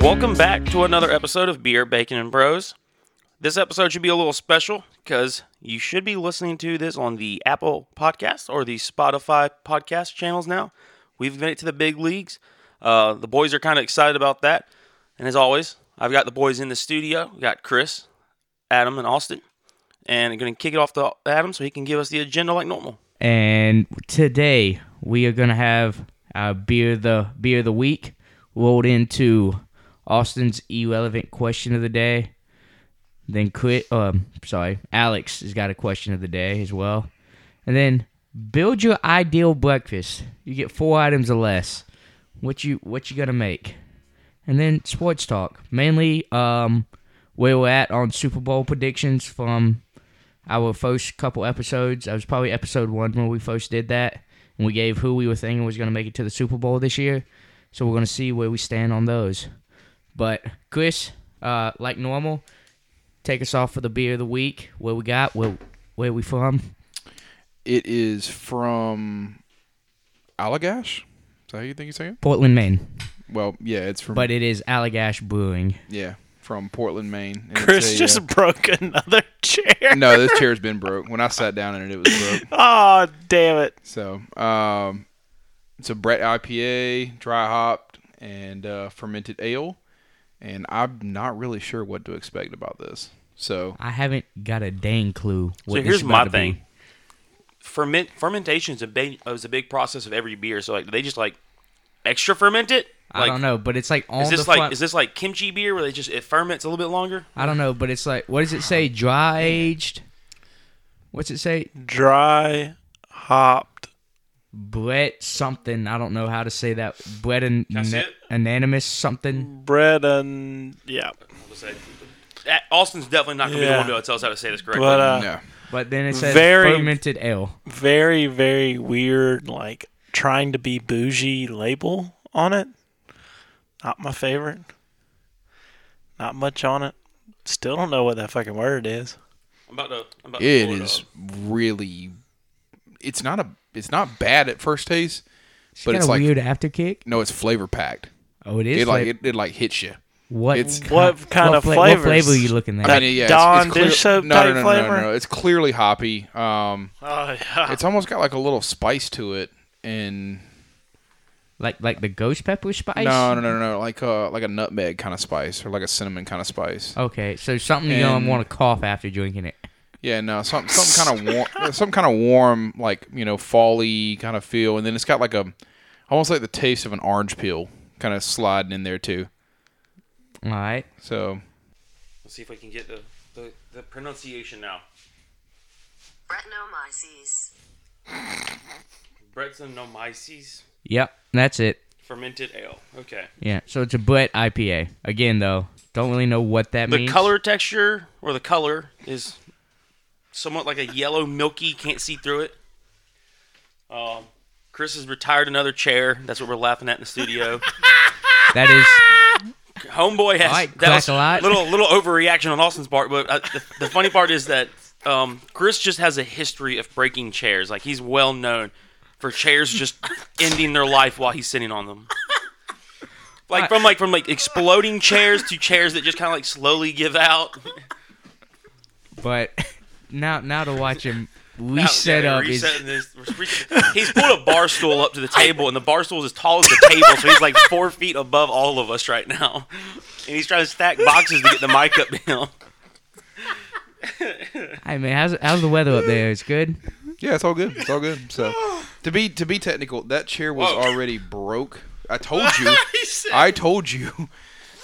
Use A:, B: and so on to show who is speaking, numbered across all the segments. A: Welcome back to another episode of Beer, Bacon, and Bros. This episode should be a little special because you should be listening to this on the Apple Podcast or the Spotify podcast channels now. We've made it to the big leagues. Uh, the boys are kind of excited about that. And as always, I've got the boys in the studio. We got Chris, Adam, and Austin. And I'm going to kick it off to Adam so he can give us the agenda like normal.
B: And today we are gonna have our beer the beer of the week rolled into Austin's irrelevant question of the day. Then quit. Um, sorry, Alex has got a question of the day as well. And then build your ideal breakfast. You get four items or less. What you what you gonna make? And then sports talk, mainly um, where we're at on Super Bowl predictions from our first couple episodes. I was probably episode one when we first did that, and we gave who we were thinking was going to make it to the Super Bowl this year. So we're going to see where we stand on those. But Chris, uh, like normal, take us off for the beer of the week. Where we got? Where where we from?
C: It is from Allagash. Is that how you think you say it?
B: Portland, Maine,
C: Well, yeah, it's from
B: but it is Allagash Brewing.
C: yeah from Portland, Maine. And it's
A: Chris
C: a,
A: just
C: uh,
A: broke another chair.
C: no, this chair's been broke. When I sat down in it, it was broke.
A: Oh, damn it.
C: So, um, it's a Brett IPA, dry hopped, and uh, fermented ale. And I'm not really sure what to expect about this. So,
B: I haven't got a dang clue.
A: so
B: What this
A: here's
B: is
A: my
B: about to be.
A: thing. Ferment fermentation is a big is a big process of every beer. So like, do they just like extra ferment it?
B: I
A: Like,
B: don't know, but it's like on
A: Is
B: the
A: this like
B: front.
A: is this like kimchi beer where they just it ferments a little bit longer?
B: I don't know, but it's like what does it say? Dry aged. What's it say?
D: dry hopped.
B: Brett something. I don't know how to say that. Brett and
A: That's
B: na-
A: it?
B: anonymous something.
D: bread and yeah
A: That- Austin's definitely not gonna be the
D: Yeah.
A: one to be able to tell us how to say this correctly.
D: but uh
C: no.
B: But then it says
D: Very-
B: fermented ale.
D: very very weird like trying to be bougie label on it not my favorite not much on it still don't know what that fucking word is
A: I'm about to. I'm about to
C: It
A: pull
C: is
A: up.
C: really. It's not a. It's not bad at first taste, but
B: Got
C: it's
B: a
C: like
B: weird afterkick.
C: no. It's flavor packed.
B: Oh, it is.
C: It like
B: flav-
C: it, it like hits you.
B: what?
C: it's-
B: ki-
D: What kind of
B: fla-
D: flavors?
B: What flavor are you looking at?
D: I
C: I
D: That
C: mean, yeah,
D: Dawn
C: it's, it's clear-
D: dish soap
C: no,
D: type
C: no, no, No,
D: flavor?
C: no, no, it's clearly hoppy. Um,
D: oh yeah
C: it's almost got like a little spice to it, and
B: like like the ghost pepper spice.
C: no, no, no, no, no, like a like a nutmeg kind of spice or like a cinnamon kind of spice.
B: Okay, so something you don't
C: And-
B: want to cough after drinking it.
C: Yeah, no, some some kind of warm, some kind of warm, like you know, folly kind of feel, and then it's got like a almost like the taste of an orange peel kind of sliding in there too.
B: All right.
C: So
A: Let's see if we can get the the, the pronunciation now.
E: Brettanomyces.
A: Brettanomyces
B: Yep, that's it.
A: fermented ale. Okay.
B: Yeah. So it's a Brett IPA. Again, though, don't really know what that
A: The
B: means.
A: color texture or the color is somewhat like a yellow, milky. Can't see through it. Um, Chris has retired another chair. That's what we're laughing at in the studio.
B: That is.
A: Homeboy has
B: All right,
A: that was
B: crack-a-lot.
A: little little overreaction on Austin's part, but uh, the, the funny part is that um, Chris just has a history of breaking chairs. Like he's well known for chairs just ending their life while he's sitting on them. Like from like from like exploding chairs to chairs that just kind of like slowly give out.
B: But now now to watch him reset
A: Yeah,
B: up is
A: reset this- reset- he's pulled a bar stool up to the table, and the bar stool is as tall as the table, so he's like four feet above all of us right now. And he's trying to stack boxes to get the mic up to him.
B: Hey man, how's how's the weather up there? It's good.
C: Yeah, it's all good. It's all good. So to be to be technical, that chair was
D: Oh.
A: Whoa.
C: already broke. I told you.
A: He said-
C: I told you.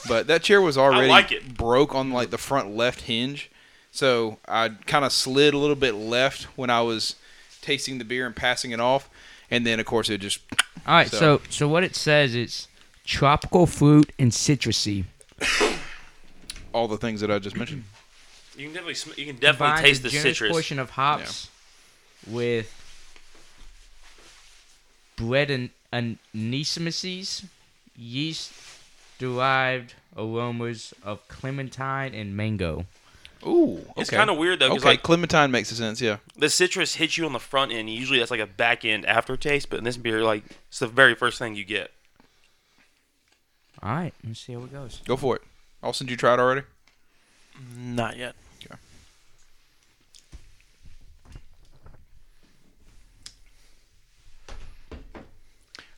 C: But that chair was already
A: like it.
C: broke on like the front left hinge. So I kind of slid a little bit left when I was tasting the beer and passing it off. And then of course it just
B: All right, so
C: So-
B: so, what it says it's tropical fruit and citrusy.
C: all the things that I just mentioned.
A: You can definitely sm- you can definitely
B: Combines
A: taste
B: a
A: the
B: generous
A: citrus.
B: portion of hops with bread and anisimises, yeast, derived aromas of clementine and mango.
C: Ooh, okay.
A: It's kind of weird though, because
C: Okay,
A: like
C: clementine makes sense. Yeah,
A: the citrus hits you on the front end. Usually that's like a back end aftertaste, but in this beer, like it's the very first thing you get.
B: All right, let's see how it goes.
C: go for it. Austin, did you try it already?
D: Not yet.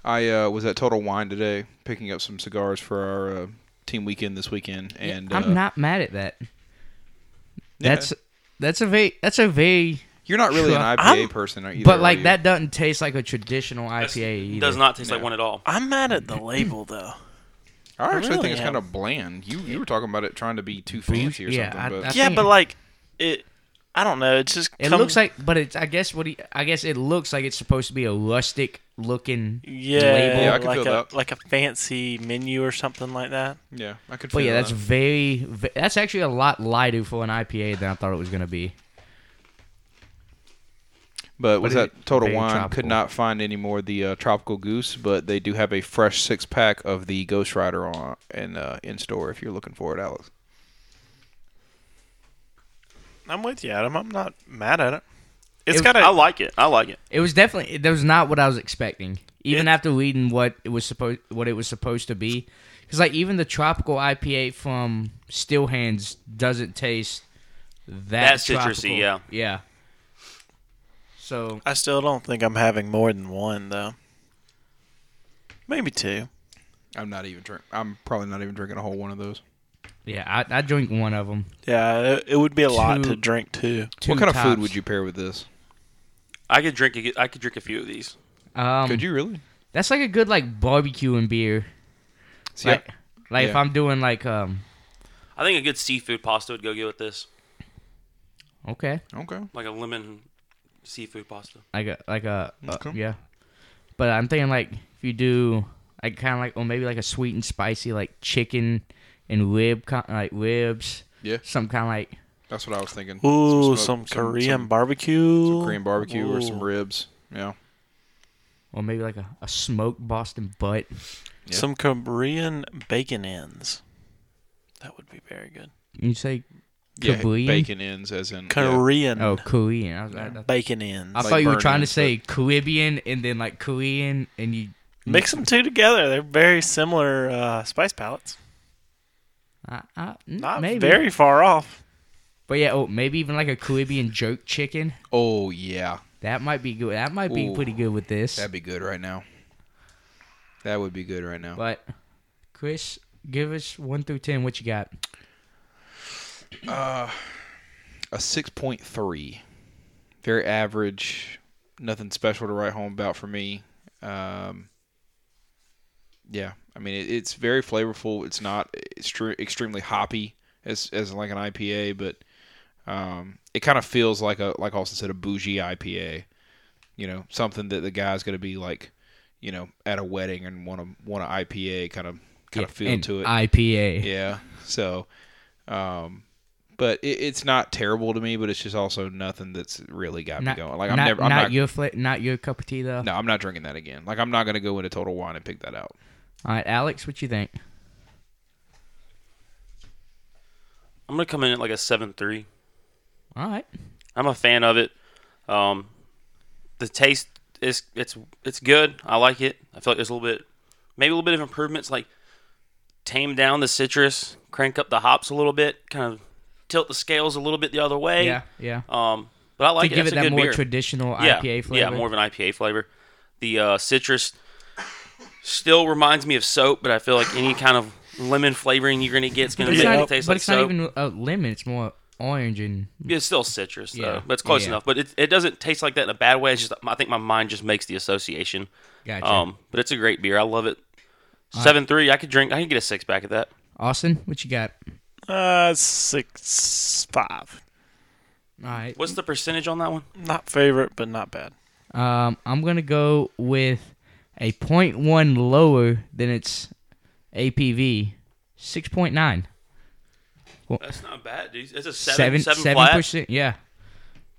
C: I uh, was at Total Wine today, picking up some cigars for our uh, team weekend this weekend, and uh,
B: I'm not mad at that.
C: yeah.
B: That's that's a very that's a very
C: You're not really an
B: Sure.
C: IPA
D: I'm-
C: person, are you?
B: but like that doesn't taste like a traditional
A: That's-
B: IPA either.
A: does not taste
C: No.
A: like one at all.
D: I'm mad at the label though.
C: I actually
D: really
C: think it's
D: am.
C: kind of bland. You you were talking about it trying to be too
B: Bougie-
C: fancy or
B: yeah,
C: something,
B: I
C: but
D: yeah,
B: think-
D: but like it, I don't know. It just
B: It
D: comes-
B: looks like, but it's I guess what he I guess it looks like it's supposed to be a rustic looking
D: yeah,
B: label.
C: Yeah, I can
D: like
C: feel
D: a
C: that.
D: like a fancy menu or something like that.
C: yeah, I could.
B: But
C: feel
B: yeah, that's
C: that.
B: very ve- that's actually a lot lighter for an IPA than I thought it was gonna be.
C: But was
B: is
C: that
B: it?
C: Total
B: Very
C: Wine?
B: tropical.
C: Could not find any more of the uh, Tropical Goose, but they do have a fresh six pack of the Ghost Rider on and uh, in store if you're looking for it, Alex.
D: I'm with you, Adam. I'm not mad at it. It's
B: It-
D: got
A: I
D: a
A: like it. I like it.
B: It was definitely that was not what I was expecting. Even
D: It-
B: after reading what it was supposed what it was supposed to be, because like even the tropical IPA from Still Hands doesn't taste that,
A: That citrusy,
B: tropical.
A: yeah.
B: yeah. So
D: I still don't think I'm having more than one though. Maybe two.
C: I'm not even drink. I'm probably not even drinking a whole one of those.
B: yeah, I, I drink one of them.
D: Yeah, it, it would be a lot
B: Two.
D: to drink too.
C: what kind of food would you pair with this?
A: I could drink. A, I could drink a few of these.
B: Um,
C: could you really?
B: That's like a good like barbecue and beer.
C: See,
B: Like, like if
C: Yeah.
B: I'm doing like um
A: I think a good seafood pasta would go good with this,
B: okay
C: I- okay.
A: like a lemon seafood pasta.
B: like a like a uh,
C: Okay.
B: yeah, but I'm thinking like if you do like kind of like or maybe like a sweet and spicy like chicken and rib co- like ribs
C: Yeah,
B: some kind of like
C: that's what I was thinking.
D: Ooh,
C: smoked-
D: some, Korean
C: some-
D: barbecue.
C: some Korean barbecue or some
D: Ooh.
C: ribs. Yeah.
B: or maybe like a, a smoked Boston butt.
C: Yeah.
D: Some Korean bacon ends. That would be very good.
B: You say
C: Yeah,
B: Korean?
C: bacon ends as in yeah.
D: Korean
B: oh Korean. I, was, I, I,
D: bacon ends.
B: I
C: Like
B: thought you were
C: burn
B: trying to
C: ends,
B: say Caribbean and then like Korean and you.
D: Mix them two together. They're very similar uh, spice palettes.
B: I, I, mm,
D: Not
B: maybe.
D: very far off.
B: But yeah, oh, maybe even like a Caribbean jerk chicken.
C: Oh yeah,
B: That might be good. That might be
C: Ooh.
B: pretty good with this.
C: that'd be good right now. That would be good right now.
B: But Chris, give us one through ten. What you got?
C: a 6.3 very average nothing special to write home about for me um, yeah i mean it, it's very flavorful it's not extre- extremely hoppy as, as like an ipa but um, it kind of feels like a like austin said a bougie ipa you know something that the guy's going to be like you know at a wedding and want to want an ipa kind of kind of feel
B: An
C: to it
B: IPA.
C: yeah. So, um, but it, it's not terrible to me, but it's just also nothing that's really got
B: Not,
C: me going. Like I'm
B: not,
C: never, I'm
B: not
C: not,
B: your fla- not your cup of tea though.
C: no, I'm not drinking that again. Like I'm not gonna go into Total Wine and pick that out.
B: All right, Alex, what you think?
A: I'm gonna come in at like a seven three.
B: All right,
A: I'm a fan of it. Um, the taste is it's it's good. I like it. I feel like there's a little bit, maybe a little bit of improvements. Like tame down the citrus, crank up the hops a little bit, kind of tilt the scales a little bit the other way.
B: yeah, yeah.
A: Um, but I
B: to
A: like it.
B: give it
A: It's a
B: that
A: good
B: more
A: beer.
B: traditional
A: yeah,
B: IPA flavor.
A: Yeah, more of an IPA flavor. The uh, citrus still reminds me of soap, but I feel like any kind of lemon flavoring you're gonna get is gonna
B: But it's
A: make
D: Yeah.
A: it
B: not, e-,
A: taste
B: but
A: like
B: it's
A: soap.
B: not even a lemon. It's more orange and
A: Yeah, It's still citrus, though,
B: Yeah.
A: but it's close
B: Yeah.
A: enough. But it, it doesn't taste like that in a bad way. It's just I think my mind just makes the association.
B: gotcha.
A: Um, but it's a great beer. I love it. Seven three, I could drink. I can get a six pack of that.
B: Austin, what you got?
D: Uh, six five.
B: All right.
A: What's the percentage on that one?
D: Not favorite, but not bad.
B: Um, I'm gonna go with a 0.1 lower than its APV, 6.9.
A: That's not bad, dude. It's a
B: Seven- seven percent. Yeah,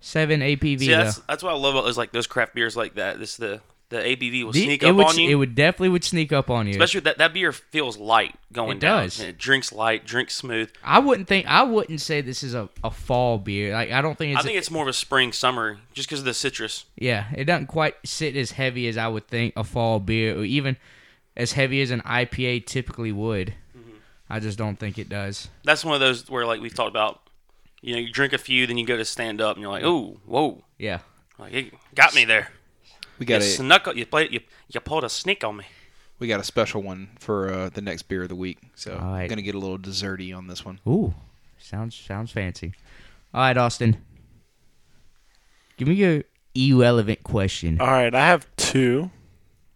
B: seven APV.
A: See, that's
B: though.
A: that's what I love about those like those craft beers like that. This the the ABV will
B: The-
A: sneak
B: it
A: up
B: would,
A: on you.
B: It would definitely would sneak up on you.
A: Especially that that beer feels light going
B: It
A: down.
B: does.
A: And it drinks light, drinks smooth.
B: I wouldn't think. I wouldn't say this is a, a fall beer. Like I don't think it's.
A: I think it's more of a spring summer just because of the citrus.
B: yeah, it doesn't quite sit as heavy as I would think a fall beer, or even as heavy as an IPA typically would.
A: Mm-hmm.
B: I just don't think it does.
A: That's one of those where like we've talked about. You know, you drink a few, then you go to stand up, and you're like, "Oh, whoa!"
B: Yeah.
A: Like it got me there.
C: We
A: You
C: got a
A: snuck. You played. You you pulled a sneak on me.
C: we got a special one for uh, the next beer of the week. So
B: All right.
C: I'm gonna get a little desserty on this one.
B: Ooh, sounds sounds fancy. All right, Austin. Give me your irrelevant
A: Uh,
B: question.
D: All right, I have two.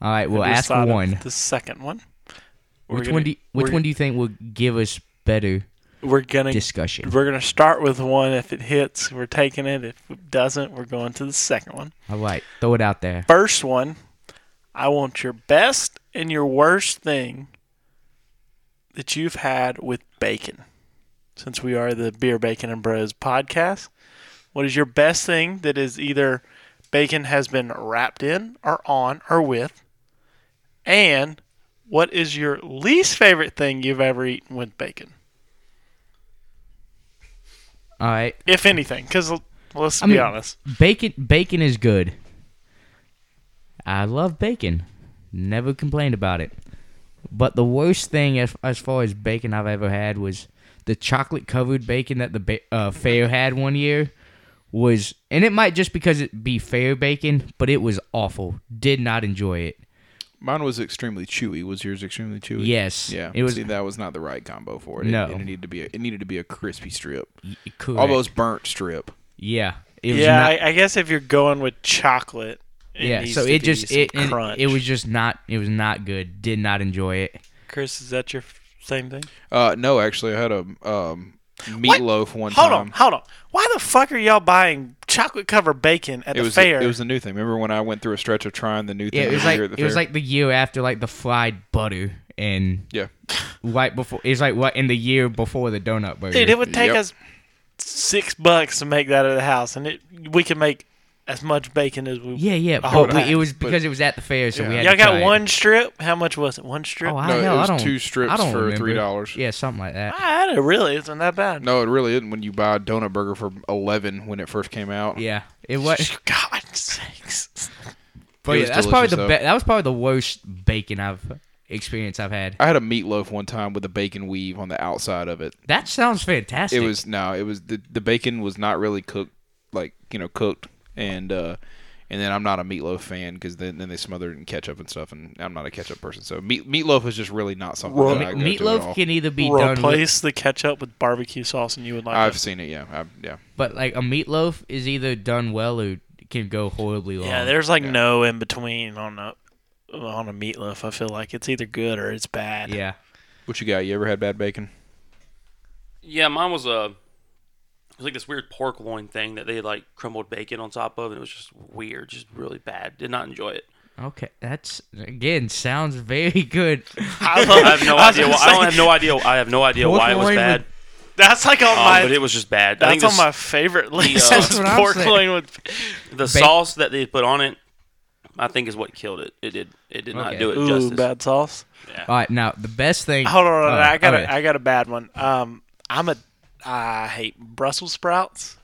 B: All right, we'll
D: I
B: ask
D: just thought of
B: one.
D: The second one. We're
B: Which
D: gonna-
B: one do you, which
D: we're-
B: one do you think would give us better
D: We're gonna
B: discussion?
D: we're gonna start with one. If it hits, we're taking it. If it doesn't, we're going to the second one.
B: All right, throw it out there.
D: First one, I want your best and your worst thing that you've had with bacon. Since we are the Beer Bacon and Bros podcast, what is your best thing that is either bacon has been wrapped in or on or with? And what is your least favorite thing you've ever eaten with bacon?
B: All right,
D: If anything, because let's
B: I
D: be
B: mean-
D: honest.
B: bacon bacon is good. I love bacon. Never complained about it. But the worst thing as as far as bacon I've ever had was the chocolate covered bacon that the ba- uh, fair had one year was and it might just because it be fair bacon, but it was awful. Did not enjoy it.
C: Mine was extremely chewy. Was yours extremely chewy?
B: Yes.
C: Yeah.
B: It was
C: See, that was not the right combo for it. It-
B: No.
C: It, needed to be a, it needed to be a crispy strip,
B: correct.
C: almost burnt strip.
B: Yeah. It was
D: Yeah,
B: not-
D: I, I guess if you're going with chocolate, it
B: yeah,
D: needs
B: so
D: to
B: it
D: be
B: just
D: some
B: it and
D: crunch.
B: it was just not it was not good. Did not enjoy it.
D: Chris, is that your f- same thing?
C: Uh, no, actually, I had a um, meatloaf one
D: Hold
C: time.
D: on, hold on. Why the fuck are y'all buying chocolate covered bacon at
C: It
D: the
C: was
D: fair?
C: it was the new thing. Remember when I went through a stretch of trying the new thing
B: Yeah, it was
C: every
B: like
C: year at the
B: it was
C: fair?
B: like the year after like the fried butter and
C: yeah.
B: right before it's like what in the year before the donut burger.
D: Dude, it would take
C: Yep.
D: us six bucks to make that at the house, and it we can make as much bacon as we.
B: yeah, yeah,
D: Oh,
B: but we-
D: right.
B: it was because it was at the fair, so we
C: Yeah.
B: had.
D: y'all
B: to try
D: got
B: it.
D: one strip. How much was it? One strip.
B: Oh, I,
C: No, it
B: hell,
C: was
B: I don't,
C: two strips
B: I don't
C: for
B: remember.
C: $3.
B: Yeah, something like that.
D: I had it really. It's not that bad.
C: No, it really isn't when you buy a donut burger for 11 when it first came out.
B: Yeah, it was.
D: God sakes.
B: But
C: It
B: yeah,
C: was
B: that's probably
C: delicious,
B: the
C: though.
B: be- that was probably the worst bacon I've experience I've had.
C: I had a meatloaf one time with a bacon weave on the outside of it.
B: That sounds fantastic.
C: It was no, it was the the bacon was not really cooked, like you know, cooked, and uh, and then I'm not a meatloaf fan because then then they smothered it in ketchup and stuff, and I'm not a ketchup person. So meat meatloaf is just really not something. that
D: Well,
C: I go to at all.
B: meatloaf can either be done with,
D: Replace the ketchup with barbecue sauce, and you would like
C: I've
D: it.
C: seen it, yeah, I, yeah.
B: but like a meatloaf is either done well or can go horribly long.
D: Yeah, there's like no in between on a on a meatloaf. I feel like it's either good or it's bad.
B: yeah.
C: What you got? You ever had bad bacon?
A: Yeah, mine was a. It was like this weird pork loin thing that they like crumbled bacon on top of, and it was just weird, just really bad. Did not enjoy it.
B: Okay, that's again sounds very good.
D: I,
A: I have no idea. Why,
D: was
A: I don't
D: gonna
A: have no idea. I have no idea
B: Pork
A: why it was
B: loin
A: bad,
B: with-
D: say, That's like on
A: um,
D: my.
A: but it was just bad. I think
D: that's
A: the,
D: on my favorite list.
A: uh,
D: is
B: That's what I'm
D: pork
B: saying.
D: loin with.
A: s- the sauce that they put on it, I think, is what killed it. It did. It did not
B: Okay.
A: do it
D: Ooh,
A: justice.
D: bad sauce.
B: All right, now the best thing.
D: Hold on, hold on,
B: Oh,
D: I got
B: okay.
D: a, I got a bad one. Um, I'm a. I hate Brussels sprouts,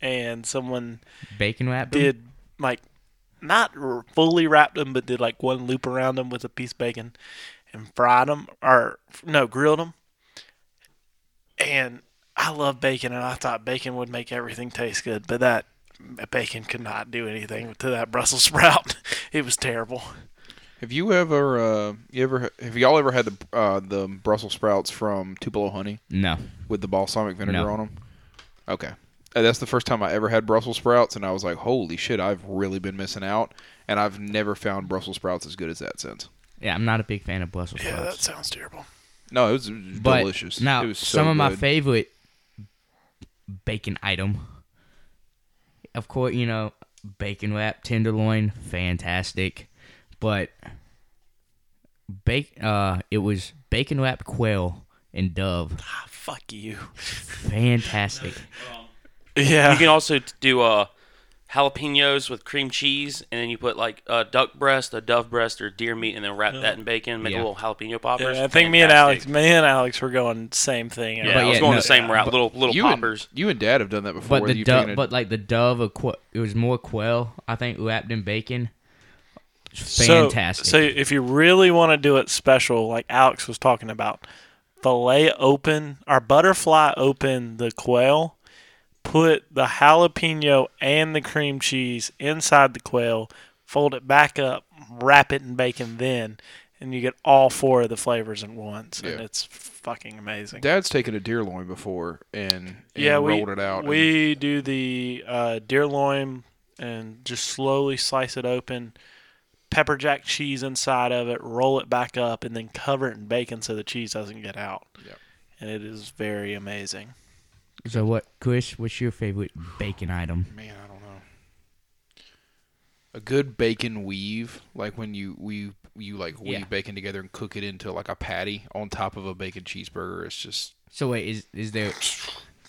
D: and someone
B: bacon wrap. them?
D: did like not r- fully wrapped them, but did like one loop around them with a piece of bacon and fried them or no grilled them. And I love bacon, and I thought bacon would make everything taste good, but that bacon could not do anything to that Brussels sprout. it was terrible.
C: Have you ever, uh, you ever, have y'all ever had the uh, the Brussels sprouts from Tupelo Honey
B: No.
C: with the balsamic vinegar
B: No.
C: on them? Okay, Uh, that's the first time I ever had Brussels sprouts, and I was like, holy shit, I've really been missing out, and I've never found Brussels sprouts as good as that since.
B: Yeah, I'm not a big fan of Brussels
D: Yeah, that
B: sprouts.
D: sounds terrible.
C: No, it was, it was
B: but
C: delicious.
B: Now,
C: it was so
B: some of my
C: good.
B: favorite bacon item. Of course, you know bacon wrap, tenderloin, fantastic, but bake. Uh, it was bacon wrapped quail and dove,
D: Ah, fuck you.
B: fantastic.
A: You
D: Yeah.
A: can also t- do uh, jalapenos with cream cheese, and then you put like a duck breast, a dove breast, or deer meat, and then wrap that in bacon. Make
B: Yeah.
A: a little jalapeno poppers.
D: Yeah, I think me and Alex,
A: Fantastic.
D: me and Alex were going same thing.
A: Yeah,
B: But
A: I was
B: yeah,
A: going
B: no,
A: the same route. Little little
C: you
A: poppers.
C: And, you and Dad have done that before.
B: But
C: where
B: the
C: you've
B: dove,
C: taken a-
B: but like the dove, of qu- it was more quail. I think wrapped in bacon. It's
D: So-
B: Fantastic.
D: So, if you really want to do it special, like Alex was talking about, fillet open or butterfly open the quail, put the jalapeno and the cream cheese inside the quail, fold it back up, wrap it in bacon, then, and you get all four of the flavors at once, and
C: Yeah.
D: it's fucking amazing.
C: Dad's taken a deer loin before and, and
D: yeah, we
C: rolled it out. and-
D: We do the uh, deer loin and just slowly slice it open, pepper jack cheese inside of it, roll it back up, and then cover it in bacon so the cheese doesn't get out.
C: Yep.
D: And it is very amazing.
B: So what, Chris? What's your favorite bacon item?
C: man, I don't know. A good bacon weave, like when you we you like weave
B: Yeah.
C: bacon together and cook it into like a patty on top of a bacon cheeseburger. It's just
B: So wait, is is there?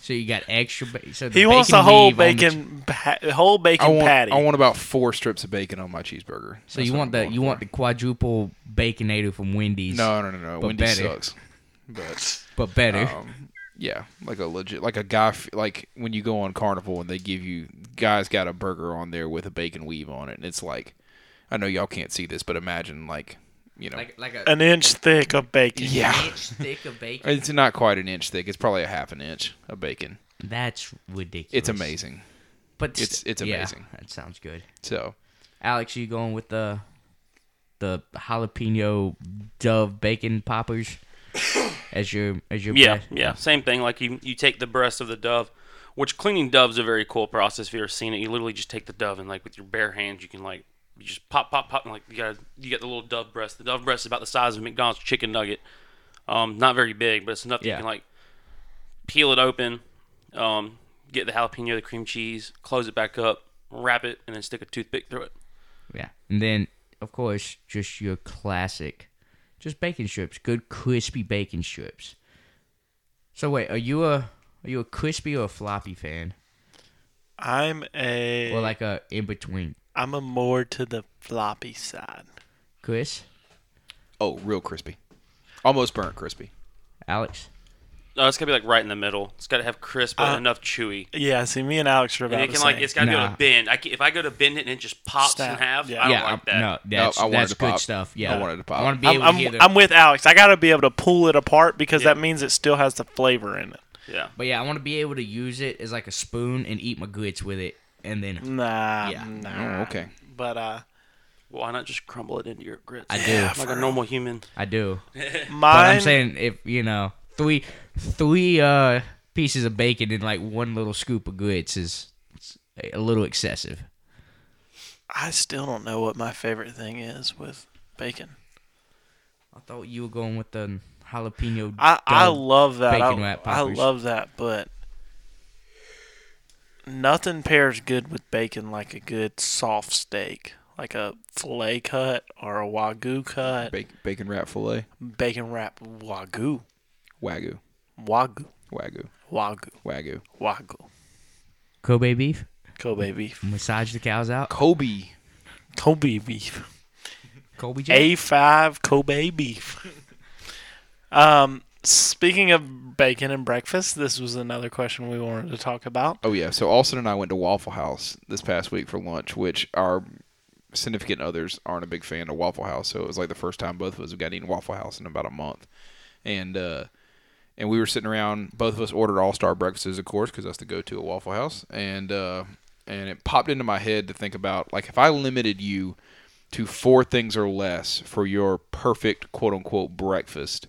B: So you got extra? Ba- so the
D: He wants
B: bacon
D: a whole
B: weave on the che-
D: bacon, pa- whole bacon
C: I want
D: patty.
C: I want about four strips of bacon on my cheeseburger.
B: so you want the you want the quadruple baconator from Wendy's?
C: no no no no
B: but
C: Wendy
B: better.
C: sucks, but
B: but better.
C: um, yeah, like a legit like a guy f- like when you go on Carnival and they give you guys got a burger on there with a bacon weave on it, and it's like I know y'all can't see this, but imagine like you know
B: like like a
D: an inch thick of bacon.
C: yeah.
B: inch thick of bacon.
C: It's not quite an inch thick. It's probably a half an inch of bacon.
B: That's ridiculous.
C: It's amazing.
B: But
C: It's-
B: st-
C: it's
B: yeah,
C: amazing.
B: that sounds good.
C: So
B: Alex, you going with the the jalapeno dove bacon poppers as your as your
A: Yeah,
B: best?
A: yeah, same thing. Like you, you take the breast of the dove, which cleaning doves a very cool process. If you have ever seen it, you literally just take the dove and like with your bare hands, you can like you just pop, pop, pop, and like you got you got the little dove breast. The dove breast is about the size of a McDonald's chicken nugget. Um, not very big, but it's enough that
B: Yeah.
A: you can like peel it open, um, get the jalapeno, the cream cheese, close it back up, wrap it, and then stick a toothpick through it.
B: Yeah. And then, of course, just your classic, just bacon strips, good crispy bacon strips. So wait, are you a are you a crispy or a floppy fan,
D: I'm a
C: Eh.
B: or like a in between?
D: am a more to the floppy side.
B: Chris,
C: oh, real crispy, almost burnt crispy.
B: Alex,
A: Uh, it's gotta be like right in the middle. It's gotta have crisp but
D: Uh,
A: enough chewy.
D: Yeah, see, me and Alex are about
A: And it
D: the
A: can like
D: same.
A: it's gotta be able
B: Nah.
A: to bend. I can, if I go to bend it and it just pops in
D: Snap.
A: half,
D: Yeah.
A: I don't
B: yeah,
A: like that.
B: no, that's
C: I wanted
B: that's
C: to
B: good
C: pop.
B: stuff. Yeah,
C: I wanted to pop.
B: I want to be
D: I'm,
B: able to
D: I'm,
B: get a-
D: I'm with Alex. I got to be able to pull it apart because
A: Yeah.
D: that means it still has the flavor in it.
A: Yeah.
B: but yeah, I want to be able to use it as like a spoon and eat my grits with it, and then
D: Nah,
B: Yeah.
D: nah.
C: Oh, okay.
D: Mm, But uh,
A: Why not just crumble it into your grits?
B: I do.
A: like a normal human.
B: I do. But
D: mine,
B: I'm saying if you know three three uh pieces of bacon in like one little scoop of grits is it's a little excessive.
D: I still don't know what my favorite thing is with bacon.
B: I thought you were going with the jalapeno.
D: I, I
B: dove.
D: love that.
B: bacon
D: I-
B: wrap
D: I,
B: poppers.
D: love that, but nothing pairs good with bacon like a good soft steak, like a filet cut or a wagyu cut,
C: Bacon, bacon wrap fillet,
D: bacon wrap wagyu,
C: wagyu,
D: wagyu,
C: wagyu,
D: wagyu,
C: wagyu.
D: wagyu,
B: Kobe beef.
D: Kobe beef,
B: Massage the cows out.
C: Kobe.
D: Kobe beef.
B: Kobe J.
D: A five Kobe beef. um, speaking of bacon and breakfast, this was another question we wanted to talk about.
C: Oh yeah. So Austin and I went to Waffle House this past week for lunch, which our significant others aren't a big fan of Waffle House. So it was like the first time both of us have got eaten Waffle House in about a month, and uh, and we were sitting around. Both of us ordered All Star breakfasts, of course, because that's the go-to at Waffle House. And uh, and it popped into my head to think about like if I limited you to four things or less for your perfect quote unquote breakfast,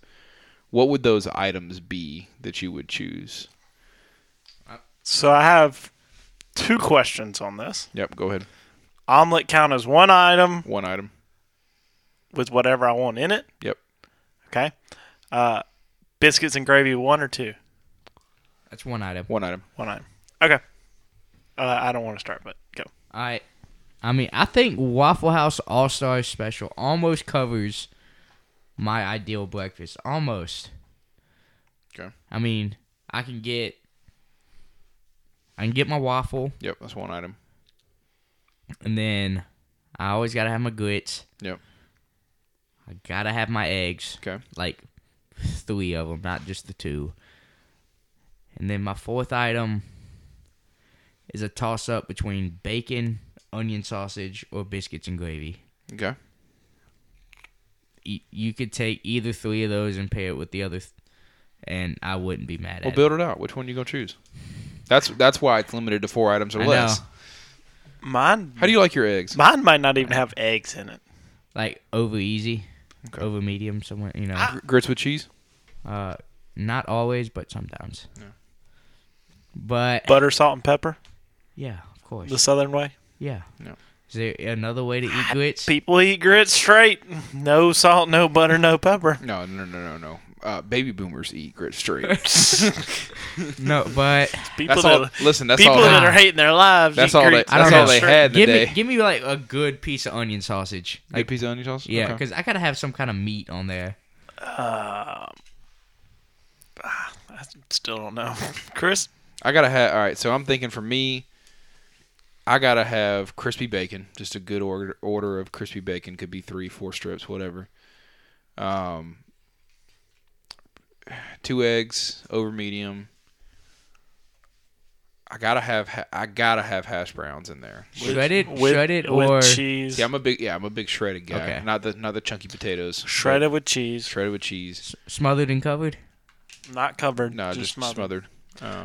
C: what would those items be that you would choose?
D: So I have two questions on this.
C: Yep, go ahead.
D: Omelet count as one item
C: One item.
D: with whatever I want in it.
C: Yep.
D: Okay. Uh, biscuits and gravy, one or two.
B: That's one item.
C: One item.
D: One item. Okay. Uh, I don't want to start, but go.
B: All right. I mean, I think Waffle House All Star Special almost covers my ideal breakfast. Almost.
C: Okay.
B: I mean, I can get I can get my waffle.
C: Yep, that's one item.
B: And then I always gotta have my grits.
C: Yep.
B: I gotta have my eggs.
C: Okay.
B: Like three of them, not just the two. And then my fourth item is a toss up between bacon, onion sausage, or biscuits and gravy.
C: Okay.
B: Y- You could take either three of those and pair it with the other, th- and I wouldn't be mad at
C: Well,
B: it.
C: build it out. Which one you gonna choose? That's that's why it's limited to four items or
B: I know.
C: less.
D: Mine,
C: How do you like your eggs?
D: mine might not even have eggs in it.
B: Like over easy,
C: Okay. Ah.
B: over medium, somewhere, you know.
C: Gr- Grits with cheese.
B: Uh, not always, but sometimes. But,
D: Butter, salt, and pepper,
B: yeah, of course.
D: the Southern way.
B: Yeah.
C: No.
B: Is there another way to
D: Ah,
B: eat grits?
D: People eat grits straight. No salt, no butter, no pepper.
C: No, no, no, no, no. Uh, baby boomers eat grits straight.
B: no, but
D: People
C: That's all.
D: that,
C: Listen, that's
D: people
C: all.
D: that
B: they-
D: are hating their lives.
C: That's
D: eat
C: all they.
D: grits.
B: I don't
C: That's all
B: know.
C: they had
B: give
C: today.
B: me give me like a good piece of onion sausage.
C: Like
B: Like
C: pizza onion sauce.
B: yeah,
C: Okay.
B: because I gotta have some kind of meat on there.
D: I still don't know. Chris,
C: I gotta have. All right, so I'm thinking for me, I gotta have crispy bacon. Just a good order order of crispy bacon could be three, four strips, whatever. Um, two eggs over medium. I gotta have. ha- I gotta have hash browns in there.
B: Shredded,
D: with,
B: shredded,
D: with
B: or
D: cheese.
C: Yeah, I'm a big. Yeah, I'm a big shredded guy.
B: Okay.
C: Not the not the chunky potatoes.
D: shredded with cheese,
C: Shredded with cheese.
B: smothered and covered.
D: not covered.
C: No, just,
D: just,
C: smothered.
D: smothered.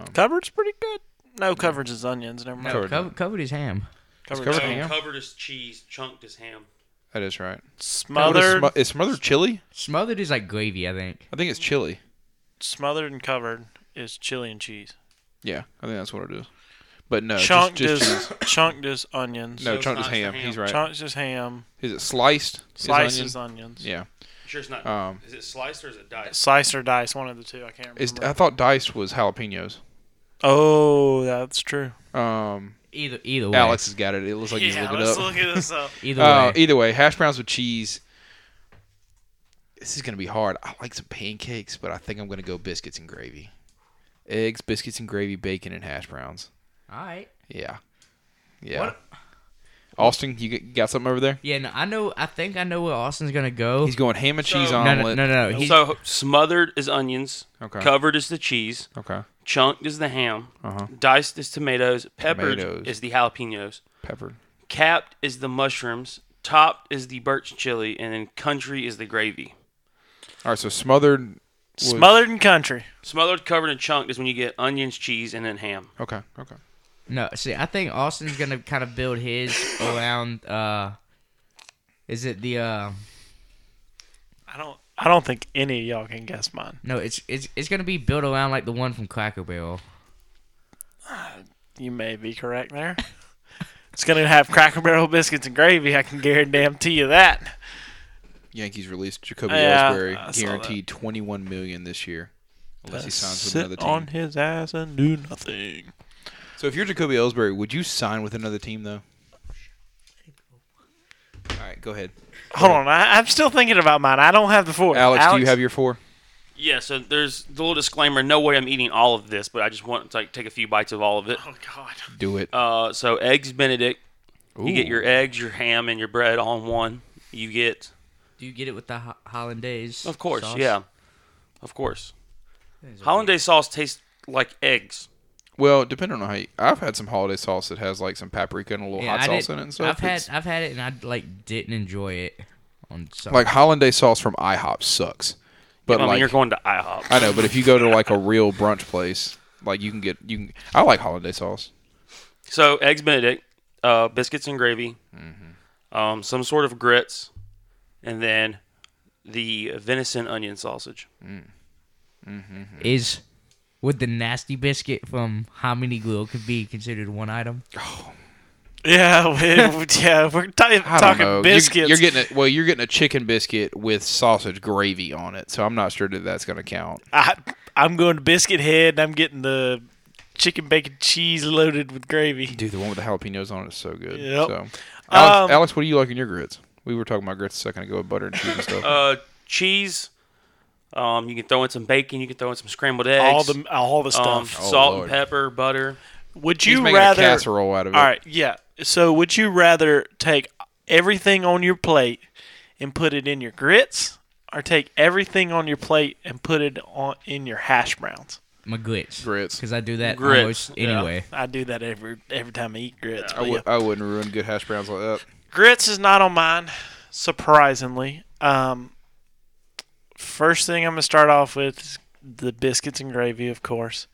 C: Um,
D: Covered's pretty good. No, covered's is onions. Never mind.
B: No,
C: Covered.
B: covered, covered is ham.
D: Covered's
C: covered
D: is
C: ham.
A: Covered is cheese, chunked is ham.
C: that is right.
D: Smothered,
C: Is smothered chili?
B: Smothered is like gravy, I think.
C: I think it's chili.
D: smothered and covered is chili and cheese.
C: Yeah, I think that's what it is. But no,
D: chunked
C: just, just
D: is chunked is onions.
C: no
A: So it's
C: chunked is
A: not the
C: ham.
A: ham.
C: He's right.
D: Chunked is ham.
C: is it sliced? is
D: Slice
C: onion?
D: is onions.
C: Yeah,
A: Sure, it's not.
C: Um,
A: is it sliced or is it diced?
D: Slice or dice, one of the two. I can't remember.
C: is I thought diced was jalapenos.
D: oh, that's true.
C: Um,
B: Either either way.
C: Alex has got it. It looks like he's looking it up.
D: at this up.
B: Either
C: Uh,
B: way.
C: either way, hash browns with cheese. This is gonna be hard. I like some pancakes, but I think I'm gonna go biscuits and gravy, eggs, biscuits and gravy, bacon, and hash browns.
B: All right.
C: Yeah, yeah. Austin, you g- got something over there?
B: Yeah, no, I know. I think I know where Austin's gonna go.
C: He's going ham and cheese
A: So-
B: no,
C: omelet.
B: no, no, no, no. He's,
A: so smothered is onions.
C: Okay.
A: Covered is the cheese.
C: Okay,
A: Chunked is the ham.
C: Uh-huh.
A: Diced is tomatoes. Peppered
C: Tomatoes.
A: is the jalapenos.
C: peppered.
A: Capped is the mushrooms. Topped is the birch chili, and then country is the gravy.
C: All right, so smothered. was-
D: Smothered in country.
A: Smothered, covered, and chunked is when you get onions, cheese, and then ham.
C: Okay, okay.
B: No, see, I think Austin's gonna kind of build his around. uh Is it the? uh
D: I don't. I don't think any of y'all can guess mine.
B: No, it's it's it's gonna be built around like the one from Cracker Barrel.
D: You may be correct there. it's gonna have Cracker Barrel biscuits and gravy. I can guarantee you that.
C: Yankees released Jacoby
D: Yeah, I
C: Ellsbury,
D: saw
C: guaranteed 21 million this year, unless he signs with
D: Sit
C: another team.
D: on his ass and do nothing.
C: So if you're Jacoby Ellsbury, would you sign with another team though? All right, go ahead.
D: Hold on, I, I'm still thinking about mine. I don't have the four.
C: Alex, do you have your four?
A: Yeah, so there's the little disclaimer. No way I'm eating all of this, but I just want to like, take a few bites of all of it.
D: Oh God.
C: Do it.
A: Uh, so eggs Benedict. You get
C: Ooh.
A: your eggs, your ham, and your bread all in one. You get,
B: Do you get it with the ho- hollandaise?
A: of course,
B: sauce?
A: yeah, of course.
B: There's a-
A: Hollandaise sauce tastes like eggs.
C: Well, depending on how you, I've had some holiday sauce that has like some paprika and a little
B: Yeah,
C: hot
B: I
C: sauce
B: did-
C: in it and stuff.
B: I've had
C: It's-
B: I've had it and I like didn't enjoy it on some.
C: like hollandaise sauce from IHOP sucks, but
A: I mean,
C: like
A: you're going to IHOP.
C: I know, but if you go to like a real brunch place, like you can get you. Can, I like hollandaise sauce.
A: So eggs Benedict, uh, biscuits and gravy,
C: Mm-hmm.
A: um, some sort of grits, and then the venison onion sausage.
B: is would the nasty biscuit from How Many Grill could be considered one item?
D: Yeah, we, yeah, we're ta-
C: I don't know.
D: talking
C: You're-
D: biscuits.
C: You're, getting a, well. You're getting a chicken biscuit with sausage gravy on it, so I'm not sure that that's going to count.
D: I, I'm going to Biscuit Head, and I'm getting the chicken bacon cheese loaded with gravy.
C: Dude, the one with the jalapenos on it is so good.
D: Yep.
C: So, Alex,
D: Um,
C: Alex, what do you like in your grits? We were talking about grits a second ago with butter and cheese and stuff.
A: Uh, cheese. Um, you can throw in some bacon. You can throw in some scrambled eggs.
D: All the all the
A: um,
D: stuff.
C: Oh,
A: salt
C: Lord.
A: and pepper, butter.
D: Would
C: Um, He's
D: you
C: making
D: rather?
C: a casserole out of it.
D: All right, yeah. So would you rather take everything on your plate and put it in your grits, or take everything on your plate and put it on in your hash browns?
B: My grits.
C: Grits.
B: Because I do that
A: Grits,
B: almost
A: yeah.
B: anyway.
D: I do that every every time I eat grits.
C: I
D: but
C: w-
D: yeah.
C: I wouldn't ruin good hash browns like that.
D: Grits is not on mine, surprisingly. Um, first thing I'm gonna start off with is the biscuits and gravy, of course.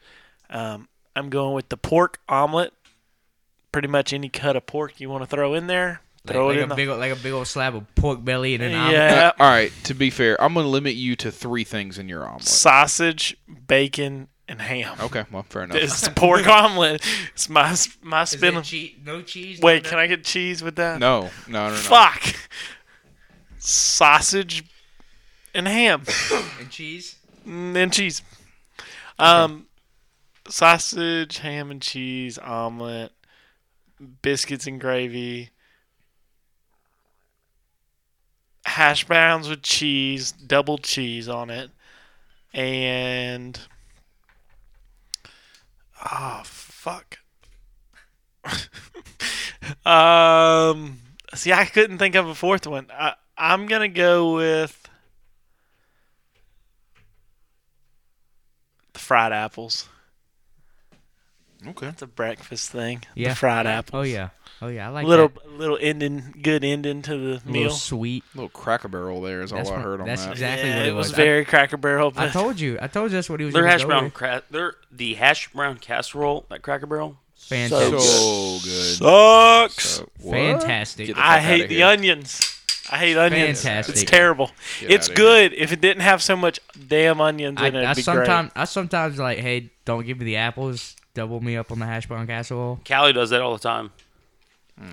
D: Um, I'm going with the pork omelet. Pretty much any cut of pork you want to throw in there,
B: Like,
D: throw
B: like
D: it
B: a
D: in the
B: big, old, like a big old slab of pork belly and an omelet.
D: yeah
C: Uh, All right. To be fair, I'm gonna limit you to three things in your omelet.
D: sausage, bacon, and ham.
B: Oh,
C: Okay. Well, fair enough.
D: It's the pork omelet. It's my my
B: Is there
D: spin.
B: chee- no cheese?
D: Wait, can I get cheese with that?
C: No, no, no, no.
D: Fuck. Sausage and ham.
B: And cheese?
D: Mm, and cheese. Um, sausage, ham and cheese, omelet, biscuits and gravy, hash browns with cheese, double cheese on it, and oh fuck. um, see, I couldn't think of a fourth one. I, I'm gonna go with the fried apples.
C: Okay.
D: It's a breakfast thing.
B: Yeah.
D: The fried apple.
B: Oh, yeah. Oh, yeah. I like
D: little
B: that.
D: little ending good ending to the
B: A little
D: meal.
B: sweet.
C: little cracker barrel there is all
B: That's
C: I
B: what-
C: heard on
B: that's
C: that.
B: exact- Exactly
D: yeah,
B: what it
D: it was.
B: was. I-
D: very cracker barrel,
B: I
D: but
B: told you. I told you that's what he was
A: Their
B: gonna
A: hash
B: go
A: brown,
B: with.
A: cra- their the hash brown casserole at Cracker Barrel.
B: Fantastic.
C: So good.
D: sucks.
C: So- what?
B: Fantastic.
C: Get the
D: I
C: fuck outta
D: hate the
C: here.
D: onions. I hate onions.
B: Fantastic.
D: It's terrible.
C: Get
D: it's
C: outta here.
D: good if it didn't have so much damn onions in
B: I,
D: it.
B: I
D: It'd be
B: sometimes I sometimes like, hey, don't give me the apples. Double me up on the hash brown casserole.
A: Callie does that all the time.
D: great.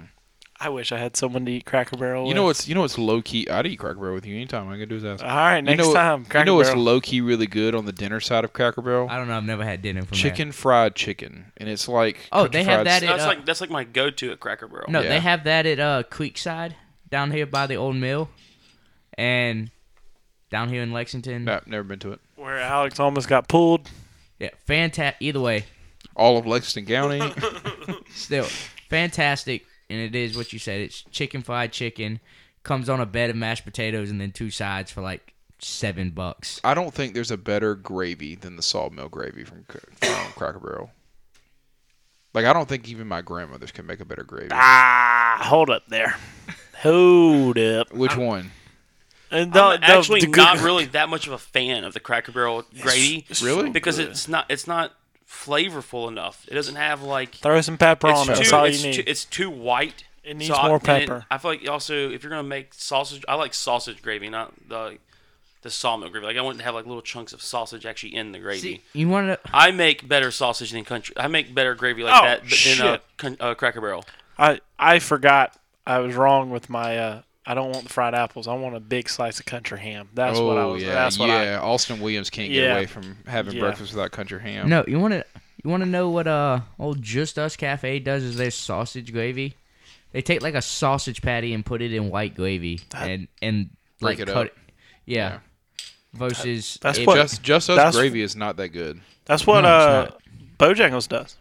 D: I wish I had someone to eat Cracker Barrel.
C: You know
D: with.
C: what's you know what's low key. I'd eat cracker barrel with you anytime. I could do his ass.
D: All right, Uh, next
C: you know, what-
D: time. Cracker
C: you know what's
D: Barrel. Oh,
C: low key really good on the dinner side of cracker barrel?
B: I don't know. I've never had dinner from there.
C: Chicken fried chicken, and it's like
B: Oh,
C: country
B: they have
C: fried
B: that
C: steak.
A: That's
B: up.
A: like that's like my go-to at Cracker Barrel.
B: No,
C: Yeah.
B: they have that at uh, Creekside down here by the old mill, and down here in Lexington.
C: No, never been to it.
D: Where Alex almost got pulled.
B: Yeah, fantastic. Either way,
C: All of Lexington County.
B: still fantastic. And it is what you said. It's chicken fried chicken, comes on a bed of mashed potatoes and then two sides for like seven bucks.
C: I don't think there's a better gravy than the sawmill gravy from, Cra- from Cracker Barrel. Like I don't think even my grandmother's can make a better gravy.
D: Ah, hold up there. Hold up.
C: Which one?
D: And
A: I'm
D: don't- don't-
A: actually not really that much of a fan of the Cracker Barrel gravy.
C: Really?
A: Because it's not it's not flavorful enough. It doesn't have like
D: Throw some pepper
A: it's
D: on it. That's
A: too,
D: all
A: it's
D: you need.
A: too it's too white.
D: It needs more
A: I, and it-
D: pepper.
A: I feel like also if you're gonna make sausage, I like sausage gravy, not the the sawmill gravy. Like I want to have like little chunks of sausage actually in the gravy.
B: See, you want to?
A: I make better sausage than country. I make better gravy like
D: Oh,
A: that but than a,
D: shit.
A: con- a Cracker Barrel.
D: I I forgot I was wrong with my uh I don't want the fried apples. I want a big slice of country ham. That's
C: oh
D: what I was
C: yeah,
D: that's what
C: yeah. Austin Williams can't get
D: Yeah.
C: away from having
D: Yeah.
C: breakfast without country ham.
B: No, you want to? You want to know what uh old Just Us Cafe does? Is their sausage gravy? They take like a sausage patty and put it in white gravy and and
C: Break
B: like
C: it
B: cut.
C: up.
B: It. Yeah. Versus
D: that's
B: it-
D: what-
C: Just just us
D: That's-
C: gravy is not that good.
D: I That's what
B: No,
D: uh
B: it's
D: Bojangles does.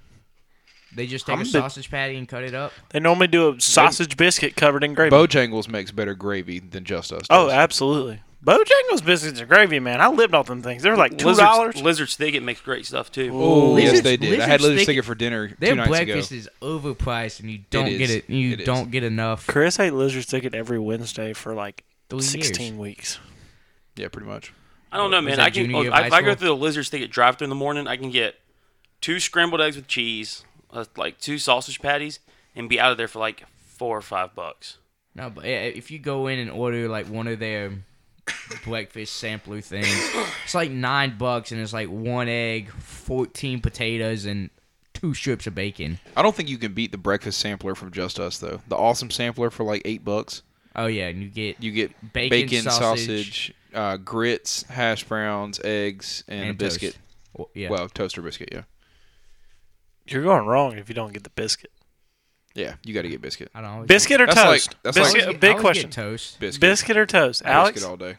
B: they just take
D: I'm
B: a
D: the-
B: sausage patty and cut it up.
D: They normally do a sausage biscuit covered in gravy.
C: Bojangles makes better gravy than just us.
D: oh,
C: does.
D: absolutely. Bojangles biscuits and gravy, man. I lived off them things. They were like two
A: Lizard's,
D: dollars.
A: Lizard's Thicket makes great stuff too.
C: oh yes,
B: Lizard's-
C: they did. I had
B: Lizard's
C: lizard
B: thick-
C: ticket for dinner two
B: Their
C: nights
B: breakfast
C: ago.
B: is overpriced, and you don't
C: is.
B: get it. You
C: It is.
B: don't get enough.
D: Chris ate lizard ticket every Wednesday for like
B: Three
D: sixteen
B: years.
D: weeks.
C: Yeah, pretty much.
A: I don't know, man.
B: that
A: I can oh,
B: junior year of
A: I,
B: high
A: if I go
B: school?
A: through the Lizard's Thicket drive-through in the morning, I can get two scrambled eggs with cheese, uh, like two sausage patties, and be out of there for like four or five bucks.
B: No, but i- if you go in and order like one of their breakfast sampler things, it's like nine bucks, and it's like one egg, fourteen potatoes, and two strips of bacon.
C: I don't think you can beat the breakfast sampler from Just Us though. The awesome sampler for like eight bucks.
B: Oh yeah, and you get
C: You get
B: Bacon,
C: bacon,
B: sausage.
C: sausage, uh, grits, hash browns, eggs, and, a
B: toast.
C: biscuit.
B: Well, yeah,
C: Well, toaster biscuit, yeah.
D: You're going wrong if you don't get the biscuit.
C: Yeah, you got to get biscuit.
B: I don't always
D: Biscuit or
C: That's like-
D: toast?
C: that's like-
D: biscuit
B: Get, I always
D: a
B: get- I
D: big
B: always
D: question.
B: Get toast.
C: Biscuit.
D: Biscuit or toast? Alex?
C: Biscuit all day.